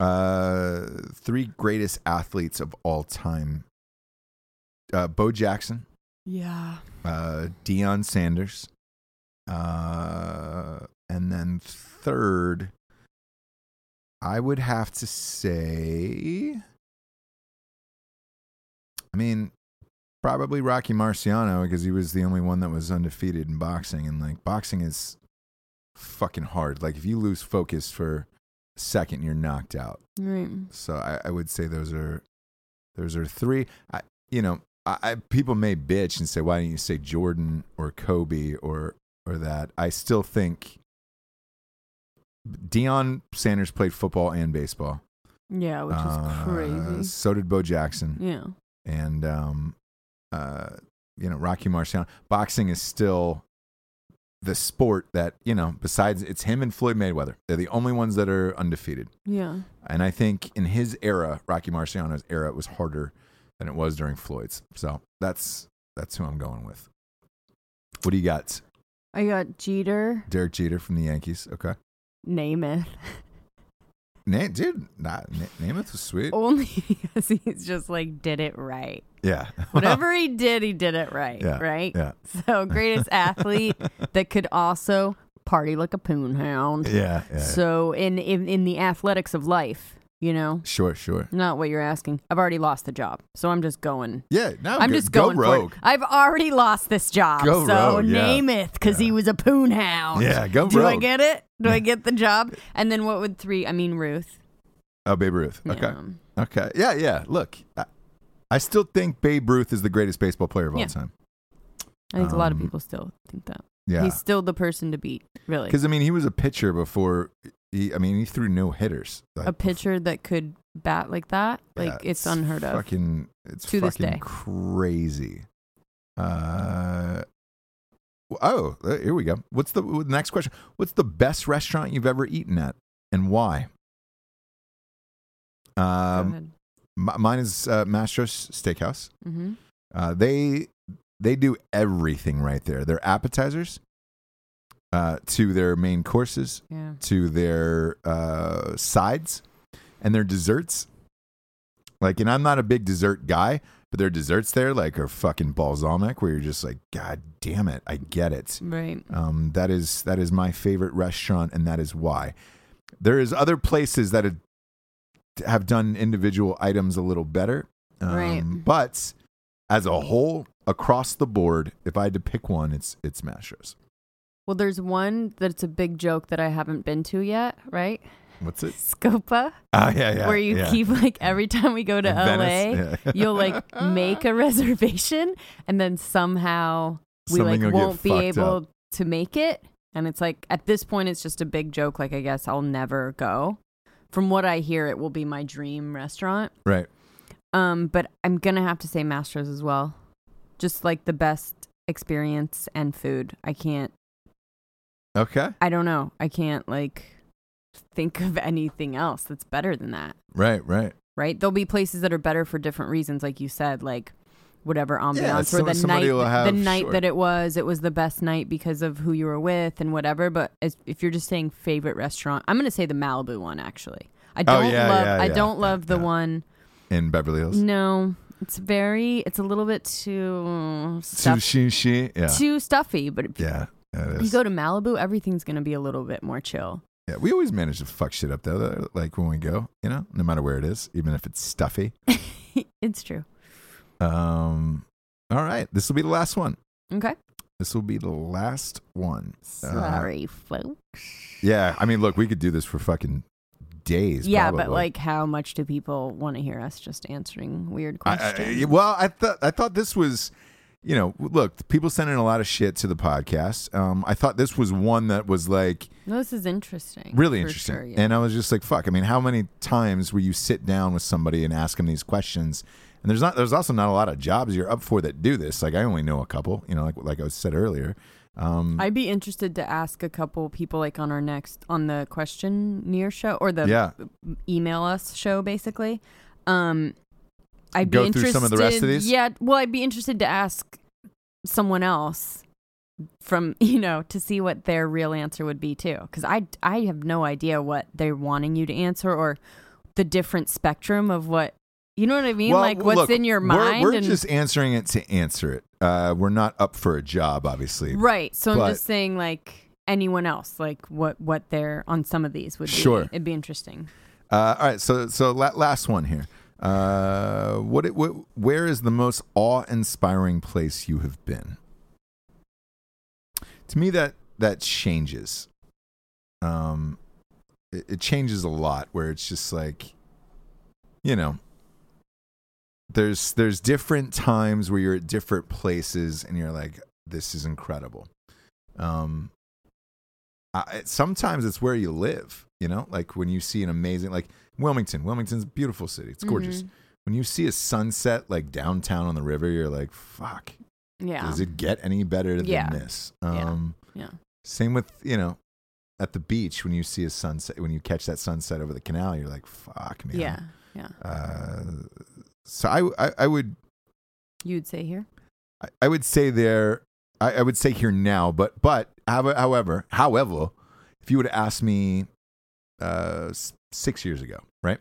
Speaker 1: Uh, three greatest athletes of all time. Uh, Bo Jackson,
Speaker 4: Yeah.
Speaker 1: uh, Deion Sanders, uh, and then third, I would have to say. I mean, probably Rocky Marciano because he was the only one that was undefeated in boxing. And like boxing is fucking hard. Like if you lose focus for a second, you're knocked out.
Speaker 4: Right.
Speaker 1: So I, I would say those are those are three. I you know I, I people may bitch and say why didn't you say Jordan or Kobe or or that. I still think Deion Sanders played football and baseball.
Speaker 4: Yeah, which is
Speaker 1: Uh,
Speaker 4: crazy.
Speaker 1: So did Bo Jackson
Speaker 4: Yeah.
Speaker 1: and um, uh, you know Rocky Marciano. Boxing is still the sport that you know. Besides, it's him and Floyd Mayweather. They're the only ones that are undefeated.
Speaker 4: Yeah.
Speaker 1: And I think in his era, Rocky Marciano's era, it was harder than it was during Floyd's. So that's that's who I'm going with. What do you got?
Speaker 4: I got Jeter,
Speaker 1: Derek Jeter from the Yankees. Okay.
Speaker 4: Namath.
Speaker 1: Na- dude, not, Na- Namath was sweet.
Speaker 4: Only because he's just like did it right.
Speaker 1: Yeah.
Speaker 4: Whatever he did, he did it right.
Speaker 1: Yeah,
Speaker 4: Right?
Speaker 1: yeah.
Speaker 4: So greatest athlete that could also party like a poonhound.
Speaker 1: yeah. yeah.
Speaker 4: So in, in in the athletics of life, you know,
Speaker 1: sure, sure.
Speaker 4: not what you're asking. I've already lost the job. So I'm just going
Speaker 1: Yeah. No,
Speaker 4: I'm
Speaker 1: go-
Speaker 4: just
Speaker 1: Oh, go
Speaker 4: going
Speaker 1: rogue.
Speaker 4: for it. I've already lost this job.
Speaker 1: Go
Speaker 4: so
Speaker 1: rogue, yeah.
Speaker 4: name it because he was a poonhound.
Speaker 1: Yeah, go
Speaker 4: Do I
Speaker 1: rogue.
Speaker 4: get it? Do I get the job? And then what would three? I mean Ruth.
Speaker 1: Oh, Babe Ruth. Okay.
Speaker 4: Yeah.
Speaker 1: Okay. Yeah, yeah. Look, I, I still think Babe Ruth is the greatest baseball player of all
Speaker 4: Yeah.
Speaker 1: time.
Speaker 4: I think a lot of
Speaker 1: Um,
Speaker 4: people still think that.
Speaker 1: Yeah.
Speaker 4: He's still the person to beat, really.
Speaker 1: Because, I mean, he was a pitcher before. He, I mean, he threw no hitters. Like,
Speaker 4: A pitcher that could bat like that,
Speaker 1: yeah,
Speaker 4: like it's, unheard of.
Speaker 1: Fucking, it's
Speaker 4: To this
Speaker 1: fucking
Speaker 4: day.
Speaker 1: crazy. Uh, oh, here we go. What's the what- next question? What's the best restaurant you've ever eaten at and why?
Speaker 4: Go
Speaker 1: Um,
Speaker 4: ahead.
Speaker 1: m- mine is uh, Mastro's Steakhouse.
Speaker 4: Mhm.
Speaker 1: Uh, they they do everything right there. Their appetizers, uh, to their main courses,
Speaker 4: Yeah.
Speaker 1: to their uh, sides, and their desserts. Like, and I'm not a big dessert guy, but their desserts there like are fucking balsamic. Where you're just like, God damn it, I get it.
Speaker 4: Right.
Speaker 1: Um, that is that is my favorite restaurant, and that is why. There is other places that have- have done individual items a little better, um,
Speaker 4: Right.
Speaker 1: But as a whole, across the board, if I had to pick one, it's it's Mastros.
Speaker 4: Well, there's one that's a big joke that I haven't been to yet, right?
Speaker 1: What's it?
Speaker 4: Scopa,
Speaker 1: Ah, yeah, yeah.
Speaker 4: where you
Speaker 1: yeah.
Speaker 4: keep like every time we go to
Speaker 1: In
Speaker 4: LA,
Speaker 1: Venice, yeah.
Speaker 4: you'll like make a reservation and then somehow we
Speaker 1: Something will
Speaker 4: like
Speaker 1: get
Speaker 4: won't be
Speaker 1: fucked
Speaker 4: able
Speaker 1: up.
Speaker 4: to make it and it's like at this point it's just a big joke like i guess i'll never go from what i hear it will be my dream restaurant
Speaker 1: right.
Speaker 4: um but i'm gonna have to say masters as well just like the best experience and food i can't
Speaker 1: Okay.
Speaker 4: i don't know i can't like think of anything else that's better than that
Speaker 1: Right. Right.
Speaker 4: right? There'll be places that are better for different reasons, like you said, like whatever ambiance
Speaker 1: some-
Speaker 4: or the night
Speaker 1: somebody will have-
Speaker 4: the night
Speaker 1: sure.
Speaker 4: that it was, it was the best night because of who you were with and whatever. But as, if you're just saying favorite restaurant, I'm gonna say the Malibu one actually. I don't
Speaker 1: Oh, yeah,
Speaker 4: love
Speaker 1: yeah,
Speaker 4: I
Speaker 1: yeah,
Speaker 4: don't
Speaker 1: yeah,
Speaker 4: love the
Speaker 1: yeah.
Speaker 4: one.
Speaker 1: In Beverly Hills.
Speaker 4: Mm, No, it's very it's a little bit too
Speaker 1: To
Speaker 4: stuff,
Speaker 1: Shin Shin. Yeah.
Speaker 4: too stuffy. But if
Speaker 1: yeah. yeah, it
Speaker 4: you
Speaker 1: is.
Speaker 4: go to Malibu, everything's gonna be a little bit more chill.
Speaker 1: yeah. We always manage to fuck shit up though. Like when we go, you know, no matter where it is, even if it's stuffy.
Speaker 4: it's true.
Speaker 1: Um, all right. This will be the last one.
Speaker 4: Okay.
Speaker 1: This will be the last one.
Speaker 4: Sorry, folks.
Speaker 1: Yeah. I mean, look, we could do this for fucking days.
Speaker 4: Yeah, but
Speaker 1: probably.
Speaker 4: like, how much do people want to hear us just answering weird
Speaker 1: I, uh,
Speaker 4: questions?
Speaker 1: I, well, I thought I thought this was, you know, look, people sent in a lot of shit to the podcast. Um, I thought this was one that was like
Speaker 4: no, this is interesting.
Speaker 1: really
Speaker 4: for
Speaker 1: interesting,
Speaker 4: sure, yeah.
Speaker 1: and I was just like, fuck. I mean, how many times will you sit down with somebody and ask them these questions? And there's not, there's also not a lot of jobs you're up for that do this. Like I only know a couple, you know, like like I said earlier. Um,
Speaker 4: I'd be interested to ask a couple people like on our next on the question near show or the
Speaker 1: yeah,
Speaker 4: email us show basically. Um, I'd
Speaker 1: Go
Speaker 4: be
Speaker 1: through
Speaker 4: interested.
Speaker 1: some of the rest of these?
Speaker 4: Yeah, well, I'd be interested to ask someone else from you know to see what their real answer would be too, because I I have no idea what they're wanting you to answer or the different spectrum of what you know what I mean. like what's
Speaker 1: look,
Speaker 4: in your
Speaker 1: we're-
Speaker 4: mind.
Speaker 1: We're,
Speaker 4: and,
Speaker 1: just answering it to answer it. Uh, we're not up for a job, obviously.
Speaker 4: right. So
Speaker 1: but-
Speaker 4: I'm just saying like anyone else, like what what they're on some of these would be.
Speaker 1: Sure.
Speaker 4: it'd be interesting.
Speaker 1: Uh, all right, so so la- last one here. Uh, what, it- what? Where is the most awe-inspiring place you have been? To me, that that changes. Um, it, it changes a lot. Where it's just like, you know, there's there's different times where you're at different places and you're like, this is incredible. Um, I, it- sometimes it's where you live. You know, like when you see an amazing like Wilmington. Wilmington's a beautiful city. It's gorgeous.
Speaker 4: Mm-hmm.
Speaker 1: When you see a sunset like downtown on the river, you're like, fuck,
Speaker 4: Mm-hmm. Yeah.
Speaker 1: does it get any better than
Speaker 4: Yeah.
Speaker 1: this?
Speaker 4: Yeah.
Speaker 1: Um,
Speaker 4: Yeah.
Speaker 1: Same with you know, at the beach when you see a sunset, when you catch that sunset over the canal, you're like, fuck, man.
Speaker 4: Yeah. Yeah.
Speaker 1: Uh, so I, I I would
Speaker 4: You'd say here?
Speaker 1: I- I would say there. I, I would say here now, but but however, however, however, if you would have asked me uh, s- six years ago, right,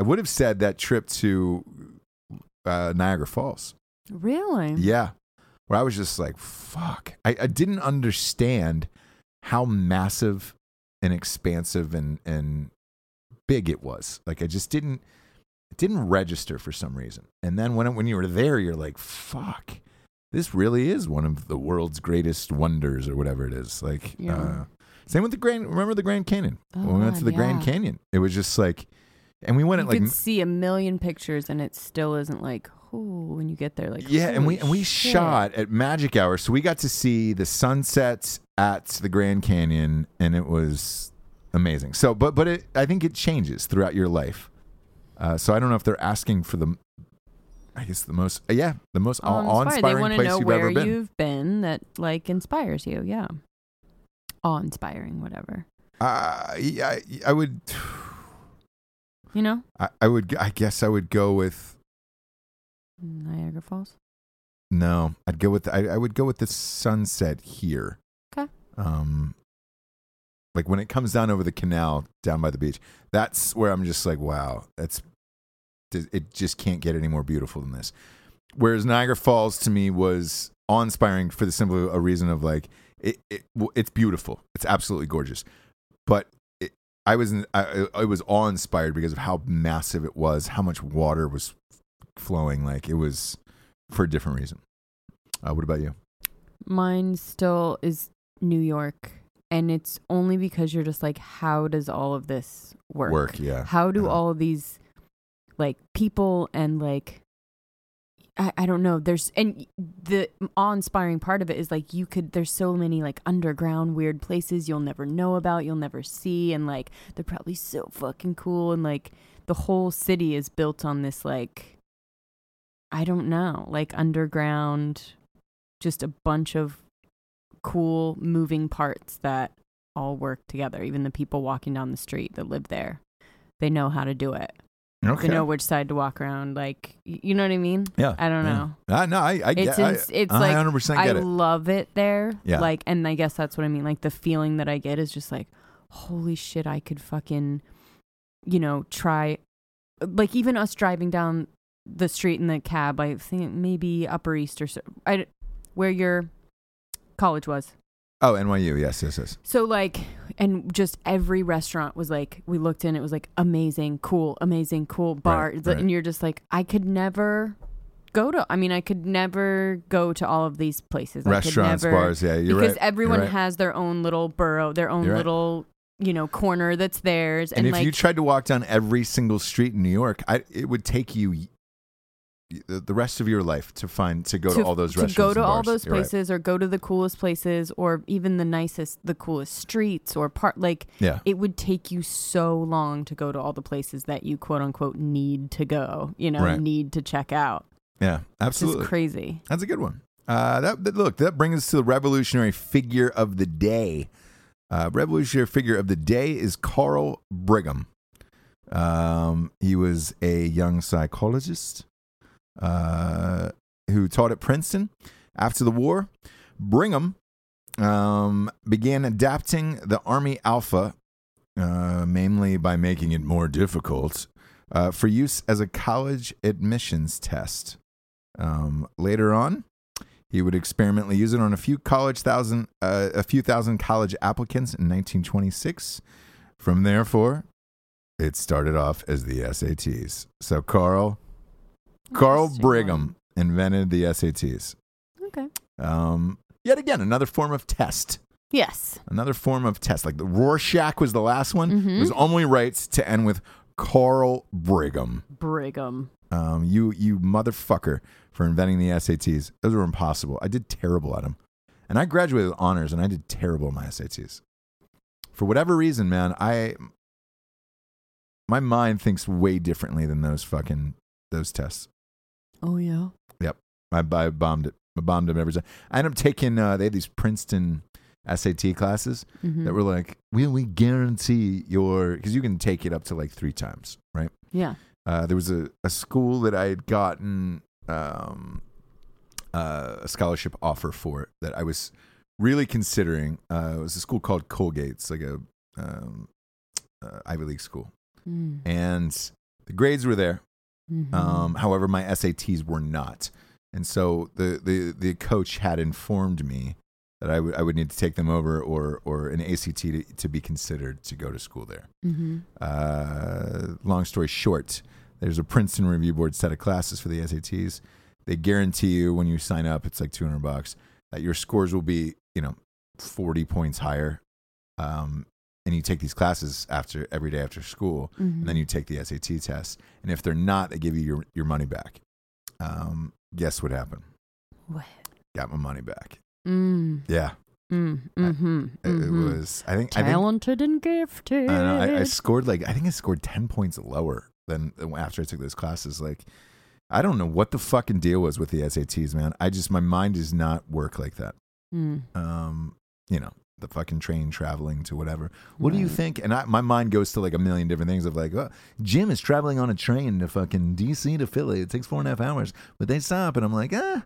Speaker 1: I would have said that trip to uh, Niagara Falls.
Speaker 4: Really?
Speaker 1: Yeah, where I was just like, fuck, I, I didn't understand how massive and expansive and and big it was. Like I just didn't it didn't register for some reason. And then when it, when you were there, you're like, fuck, this really is one of the world's greatest wonders or whatever it is. Like,
Speaker 4: Yeah.
Speaker 1: uh, same with the Grand. Remember the Grand Canyon?
Speaker 4: Oh,
Speaker 1: when we went to
Speaker 4: God,
Speaker 1: the Grand
Speaker 4: yeah.
Speaker 1: Canyon, it was just like, and we went
Speaker 4: you
Speaker 1: at like
Speaker 4: could see a million pictures and it still isn't like, oh, when you get there, like
Speaker 1: yeah, and
Speaker 4: "Holy
Speaker 1: we and we
Speaker 4: shit."
Speaker 1: shot at Magic Hour, so we got to see the sunsets at the Grand Canyon, and it was amazing. So, but but it, I think it changes throughout your life. Uh, so I don't know if they're asking for the, I guess the most uh, yeah the most
Speaker 4: Oh,
Speaker 1: awe
Speaker 4: inspired. They
Speaker 1: inspiring
Speaker 4: want to
Speaker 1: place
Speaker 4: know
Speaker 1: you've
Speaker 4: where
Speaker 1: ever been.
Speaker 4: you've been that like inspires you. Yeah. Awe inspiring, whatever.
Speaker 1: Uh, yeah, I, I would
Speaker 4: You know?
Speaker 1: I, I would I guess I would go with
Speaker 4: Niagara Falls.
Speaker 1: No, I'd go with I, I would go with the sunset here.
Speaker 4: Okay.
Speaker 1: Um, like when it comes down over the canal down by the beach, that's where I'm just like, wow, that's it. Just can't get any more beautiful than this. Whereas Niagara Falls to me was awe-inspiring for the simple a reason of like it, it w- it's beautiful, it's absolutely gorgeous, but. it I was in- I, I I was awe inspired because of how massive it was, how much water was flowing. Like it was, for a different reason. Uh, what about you?
Speaker 4: Mine still is New York. And it's only because you're just like, how does all of this work?
Speaker 1: yeah.
Speaker 4: How do
Speaker 1: Yeah.
Speaker 4: all these like people and like I, I don't know. There's and the awe inspiring part of it is like you could there's so many like underground weird places you'll never know about, you'll never see, and like they're probably so fucking cool and like the whole city is built on this like I don't know, like underground just a bunch of cool moving parts that all work together. Even the people walking down the street that live there. They know how to do it.
Speaker 1: Okay.
Speaker 4: They know which side to walk around. Like y- you know what I mean?
Speaker 1: yeah.
Speaker 4: I don't
Speaker 1: yeah.
Speaker 4: know.
Speaker 1: Ah, no, I, I
Speaker 4: It's
Speaker 1: get. I,
Speaker 4: ins- it's
Speaker 1: I
Speaker 4: like
Speaker 1: 100%
Speaker 4: I
Speaker 1: get it.
Speaker 4: love it there.
Speaker 1: Yeah.
Speaker 4: Like, and I guess that's what I mean. Like, the feeling that I get is just like, holy shit, I could fucking, you know, try. Like, even us driving down the street in the cab, I think maybe Upper East or so, I, where your college was.
Speaker 1: Oh, NYU. Yes, yes, yes.
Speaker 4: So like, and just every restaurant was like, we looked in, it was like amazing, cool, amazing, cool bar,
Speaker 1: Right,
Speaker 4: It's
Speaker 1: right.
Speaker 4: and you're just like, I could never go to. I mean, I could never go to all of these places.
Speaker 1: Restaurants,
Speaker 4: I could never,
Speaker 1: bars. Yeah, you're
Speaker 4: because
Speaker 1: right.
Speaker 4: everyone
Speaker 1: you're right.
Speaker 4: has their own little borough, their own
Speaker 1: You're right.
Speaker 4: little you know corner that's theirs,
Speaker 1: And,
Speaker 4: and,
Speaker 1: if
Speaker 4: like
Speaker 1: you tried to walk down every single street in New York, I, it would take you y- the the rest of your life to find to go to, all those restaurants.
Speaker 4: to go to
Speaker 1: and
Speaker 4: all
Speaker 1: bars.
Speaker 4: those
Speaker 1: You're right.
Speaker 4: places or go to the coolest places or even the nicest the coolest streets or part like
Speaker 1: Yeah.
Speaker 4: it would take you so long to go to all the places that you quote unquote need to go you know
Speaker 1: Right.
Speaker 4: need to check out
Speaker 1: Yeah,
Speaker 4: it's just
Speaker 1: absolutely.
Speaker 4: crazy
Speaker 1: That's a good one. Uh, that, that look that brings us to the revolutionary figure of the day. Uh, revolutionary figure of the day is Carl Brigham. Um, he was a young psychologist uh, who taught at Princeton. After the war, Brigham um, began adapting the Army Alpha, uh, mainly by making it more difficult uh, for use as a college admissions test. Um, later on, he would experimentally use it on a few college thousand, uh, a few thousand college applicants in 1926. From therefore, It started off as the SATs. So Carl,
Speaker 4: Oh,
Speaker 1: Carl
Speaker 4: Interesting.
Speaker 1: Brigham invented the SATs.
Speaker 4: Okay.
Speaker 1: Um, yet again, another form of test.
Speaker 4: Yes.
Speaker 1: Another form of test. Like the Rorschach was the last one. It
Speaker 4: Mhm.
Speaker 1: was only right to end with Carl Brigham.
Speaker 4: Brigham.
Speaker 1: Um, you you motherfucker for inventing the SATs. Those were impossible. I did terrible at them, and I graduated with honors, and I did terrible in my SATs. For whatever reason, man, I my mind thinks way differently than those fucking those tests.
Speaker 4: Oh yeah.
Speaker 1: I, I bombed it. I bombed them every time. I ended up taking. Uh, they had these Princeton SAT classes
Speaker 4: Mhm.
Speaker 1: that were like, we we guarantee your because you can take it up to like three times, right?
Speaker 4: yeah.
Speaker 1: uh, there was a, a school that I had gotten um, uh, a scholarship offer for that I was really considering. Uh, it was a school called Colgate. It's like a um, uh, Ivy League school,
Speaker 4: Mm.
Speaker 1: and the grades were there.
Speaker 4: Mhm.
Speaker 1: Um, however, my SATs were not, and so the the the coach had informed me that I would I would need to take them over or or an ACT to, to be considered to go to school there
Speaker 4: Mhm.
Speaker 1: uh, long story short, there's a Princeton Review Board set of classes for the SATs. They guarantee you when you sign up, it's like 200 bucks, that your scores will be, you know, 40 points higher. Um, and you take these classes after every day after school,
Speaker 4: Mhm.
Speaker 1: and then you take the SAT test. And if they're not, they give you your, your money back. Um, guess what happened?
Speaker 4: What?
Speaker 1: Got my money back.
Speaker 4: Mm.
Speaker 1: Yeah,
Speaker 4: Mm. Mm-hmm.
Speaker 1: it, it was. I think. I think
Speaker 4: talented and gifted.
Speaker 1: I, know, I, I scored like I think I scored ten points lower than than after I took those classes. Like I don't know what the fucking deal was with the SATs, man. I just my mind does not work like that.
Speaker 4: Mm.
Speaker 1: Um, you know, the fucking train traveling to whatever. What do you
Speaker 4: Right.
Speaker 1: think? And I, my mind goes to like a million different things of like, oh, Jim is traveling on a train to fucking DC to Philly. It takes four and a half hours, but they stop, and I'm like, ah,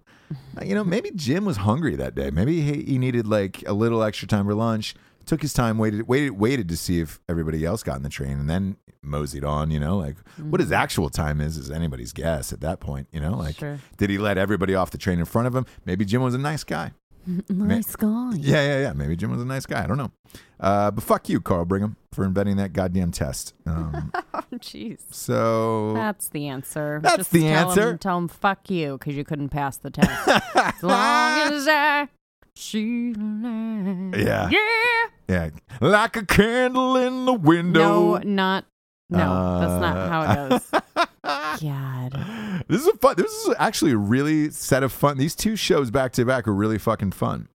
Speaker 1: you know, maybe Jim was hungry that day. Maybe he, he needed like a little extra time for lunch. Took his time, waited, waited, waited to see if everybody else got in the train, and then moseyed on. You know, like what his actual time is is anybody's guess at that point. You know, like
Speaker 4: Mm. Sure.
Speaker 1: did he let everybody off the train in front of him? Maybe Jim was a nice guy.
Speaker 4: Nice guy.
Speaker 1: Yeah, yeah, yeah. Maybe Jim was a nice guy. I don't know. Uh, but fuck you, Carl Brigham, for inventing that goddamn test. Um,
Speaker 4: Oh, jeez.
Speaker 1: so
Speaker 4: That's the answer.
Speaker 1: That's
Speaker 4: Just
Speaker 1: the
Speaker 4: tell
Speaker 1: answer.
Speaker 4: Him, tell him fuck you because you couldn't pass the test. as long as I she
Speaker 1: Ah. Yeah.
Speaker 4: yeah.
Speaker 1: yeah, like a candle in the
Speaker 4: No,
Speaker 1: window.
Speaker 4: not no. that's not how it goes.
Speaker 1: goes.
Speaker 4: God.
Speaker 1: this is a fun. This is actually a really set of fun. These two shows back to back are really fucking fun.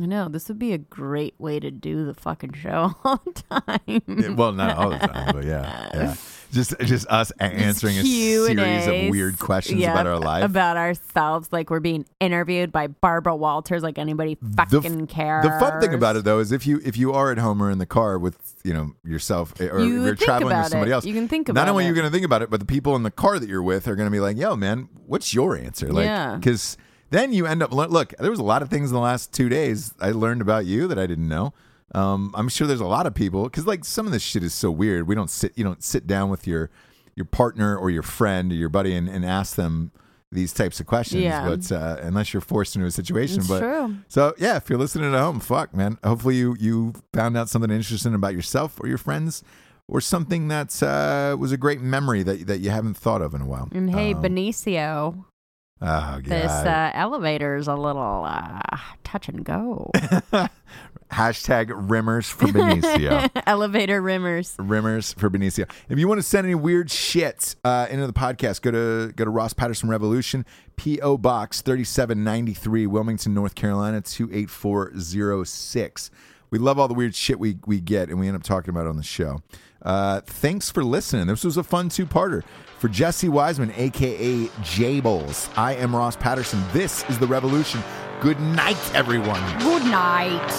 Speaker 4: I know this would be a great way to do the fucking show all the time.
Speaker 1: Yeah, well, not all the time, but yeah, yeah. Just just us a- answering a
Speaker 4: Q and
Speaker 1: series of
Speaker 4: As.
Speaker 1: weird questions
Speaker 4: Yeah,
Speaker 1: about our life.
Speaker 4: about ourselves, like we're being interviewed by Barbara Walters, like anybody
Speaker 1: f-
Speaker 4: fucking cares.
Speaker 1: The fun thing about it though is if you if you are at home or in the car with you know yourself eh, or
Speaker 4: You
Speaker 1: if you're
Speaker 4: think
Speaker 1: traveling
Speaker 4: about
Speaker 1: with somebody
Speaker 4: it.
Speaker 1: else,
Speaker 4: You can think
Speaker 1: Not
Speaker 4: about
Speaker 1: only are you
Speaker 4: it.
Speaker 1: going to think about it, but the people in the car that you're with are going to be like, "Yo, man, what's your answer?" Like,
Speaker 4: Yeah.
Speaker 1: because then you end up lear- look. There was a lot of things in the last two days I learned about you that I didn't know. Um, I'm sure there's a lot of people because like some of this shit is so weird. We don't sit you don't sit down with your your partner or your friend or your buddy and, and ask them these types of questions.
Speaker 4: Yeah.
Speaker 1: But uh, unless you're forced into a situation,
Speaker 4: It's
Speaker 1: but
Speaker 4: true.
Speaker 1: so yeah, if you're listening at home, fuck man. Hopefully you you found out something interesting about yourself or your friends, or something that uh, was a great memory that that you haven't thought of in a while.
Speaker 4: And hey,
Speaker 1: Um,
Speaker 4: Benicio,
Speaker 1: oh,
Speaker 4: this
Speaker 1: God.
Speaker 4: uh, elevator's a little uh, touch and go.
Speaker 1: hashtag Rimmers for Benicio.
Speaker 4: Elevator rimmers.
Speaker 1: Rimmers for Benicio. If you want to send any weird shit uh, into the podcast, go to go to Ross Patterson Revolution, P.O. Box 3793, Wilmington, North Carolina 28406. We love all the weird shit we, we get and we end up talking about on the show. Uh, thanks for listening. This was a fun two parter. For Jesse Wiseman, aka Jables, I am Ross Patterson. This is The Revolution. Good night, everyone.
Speaker 4: Good night.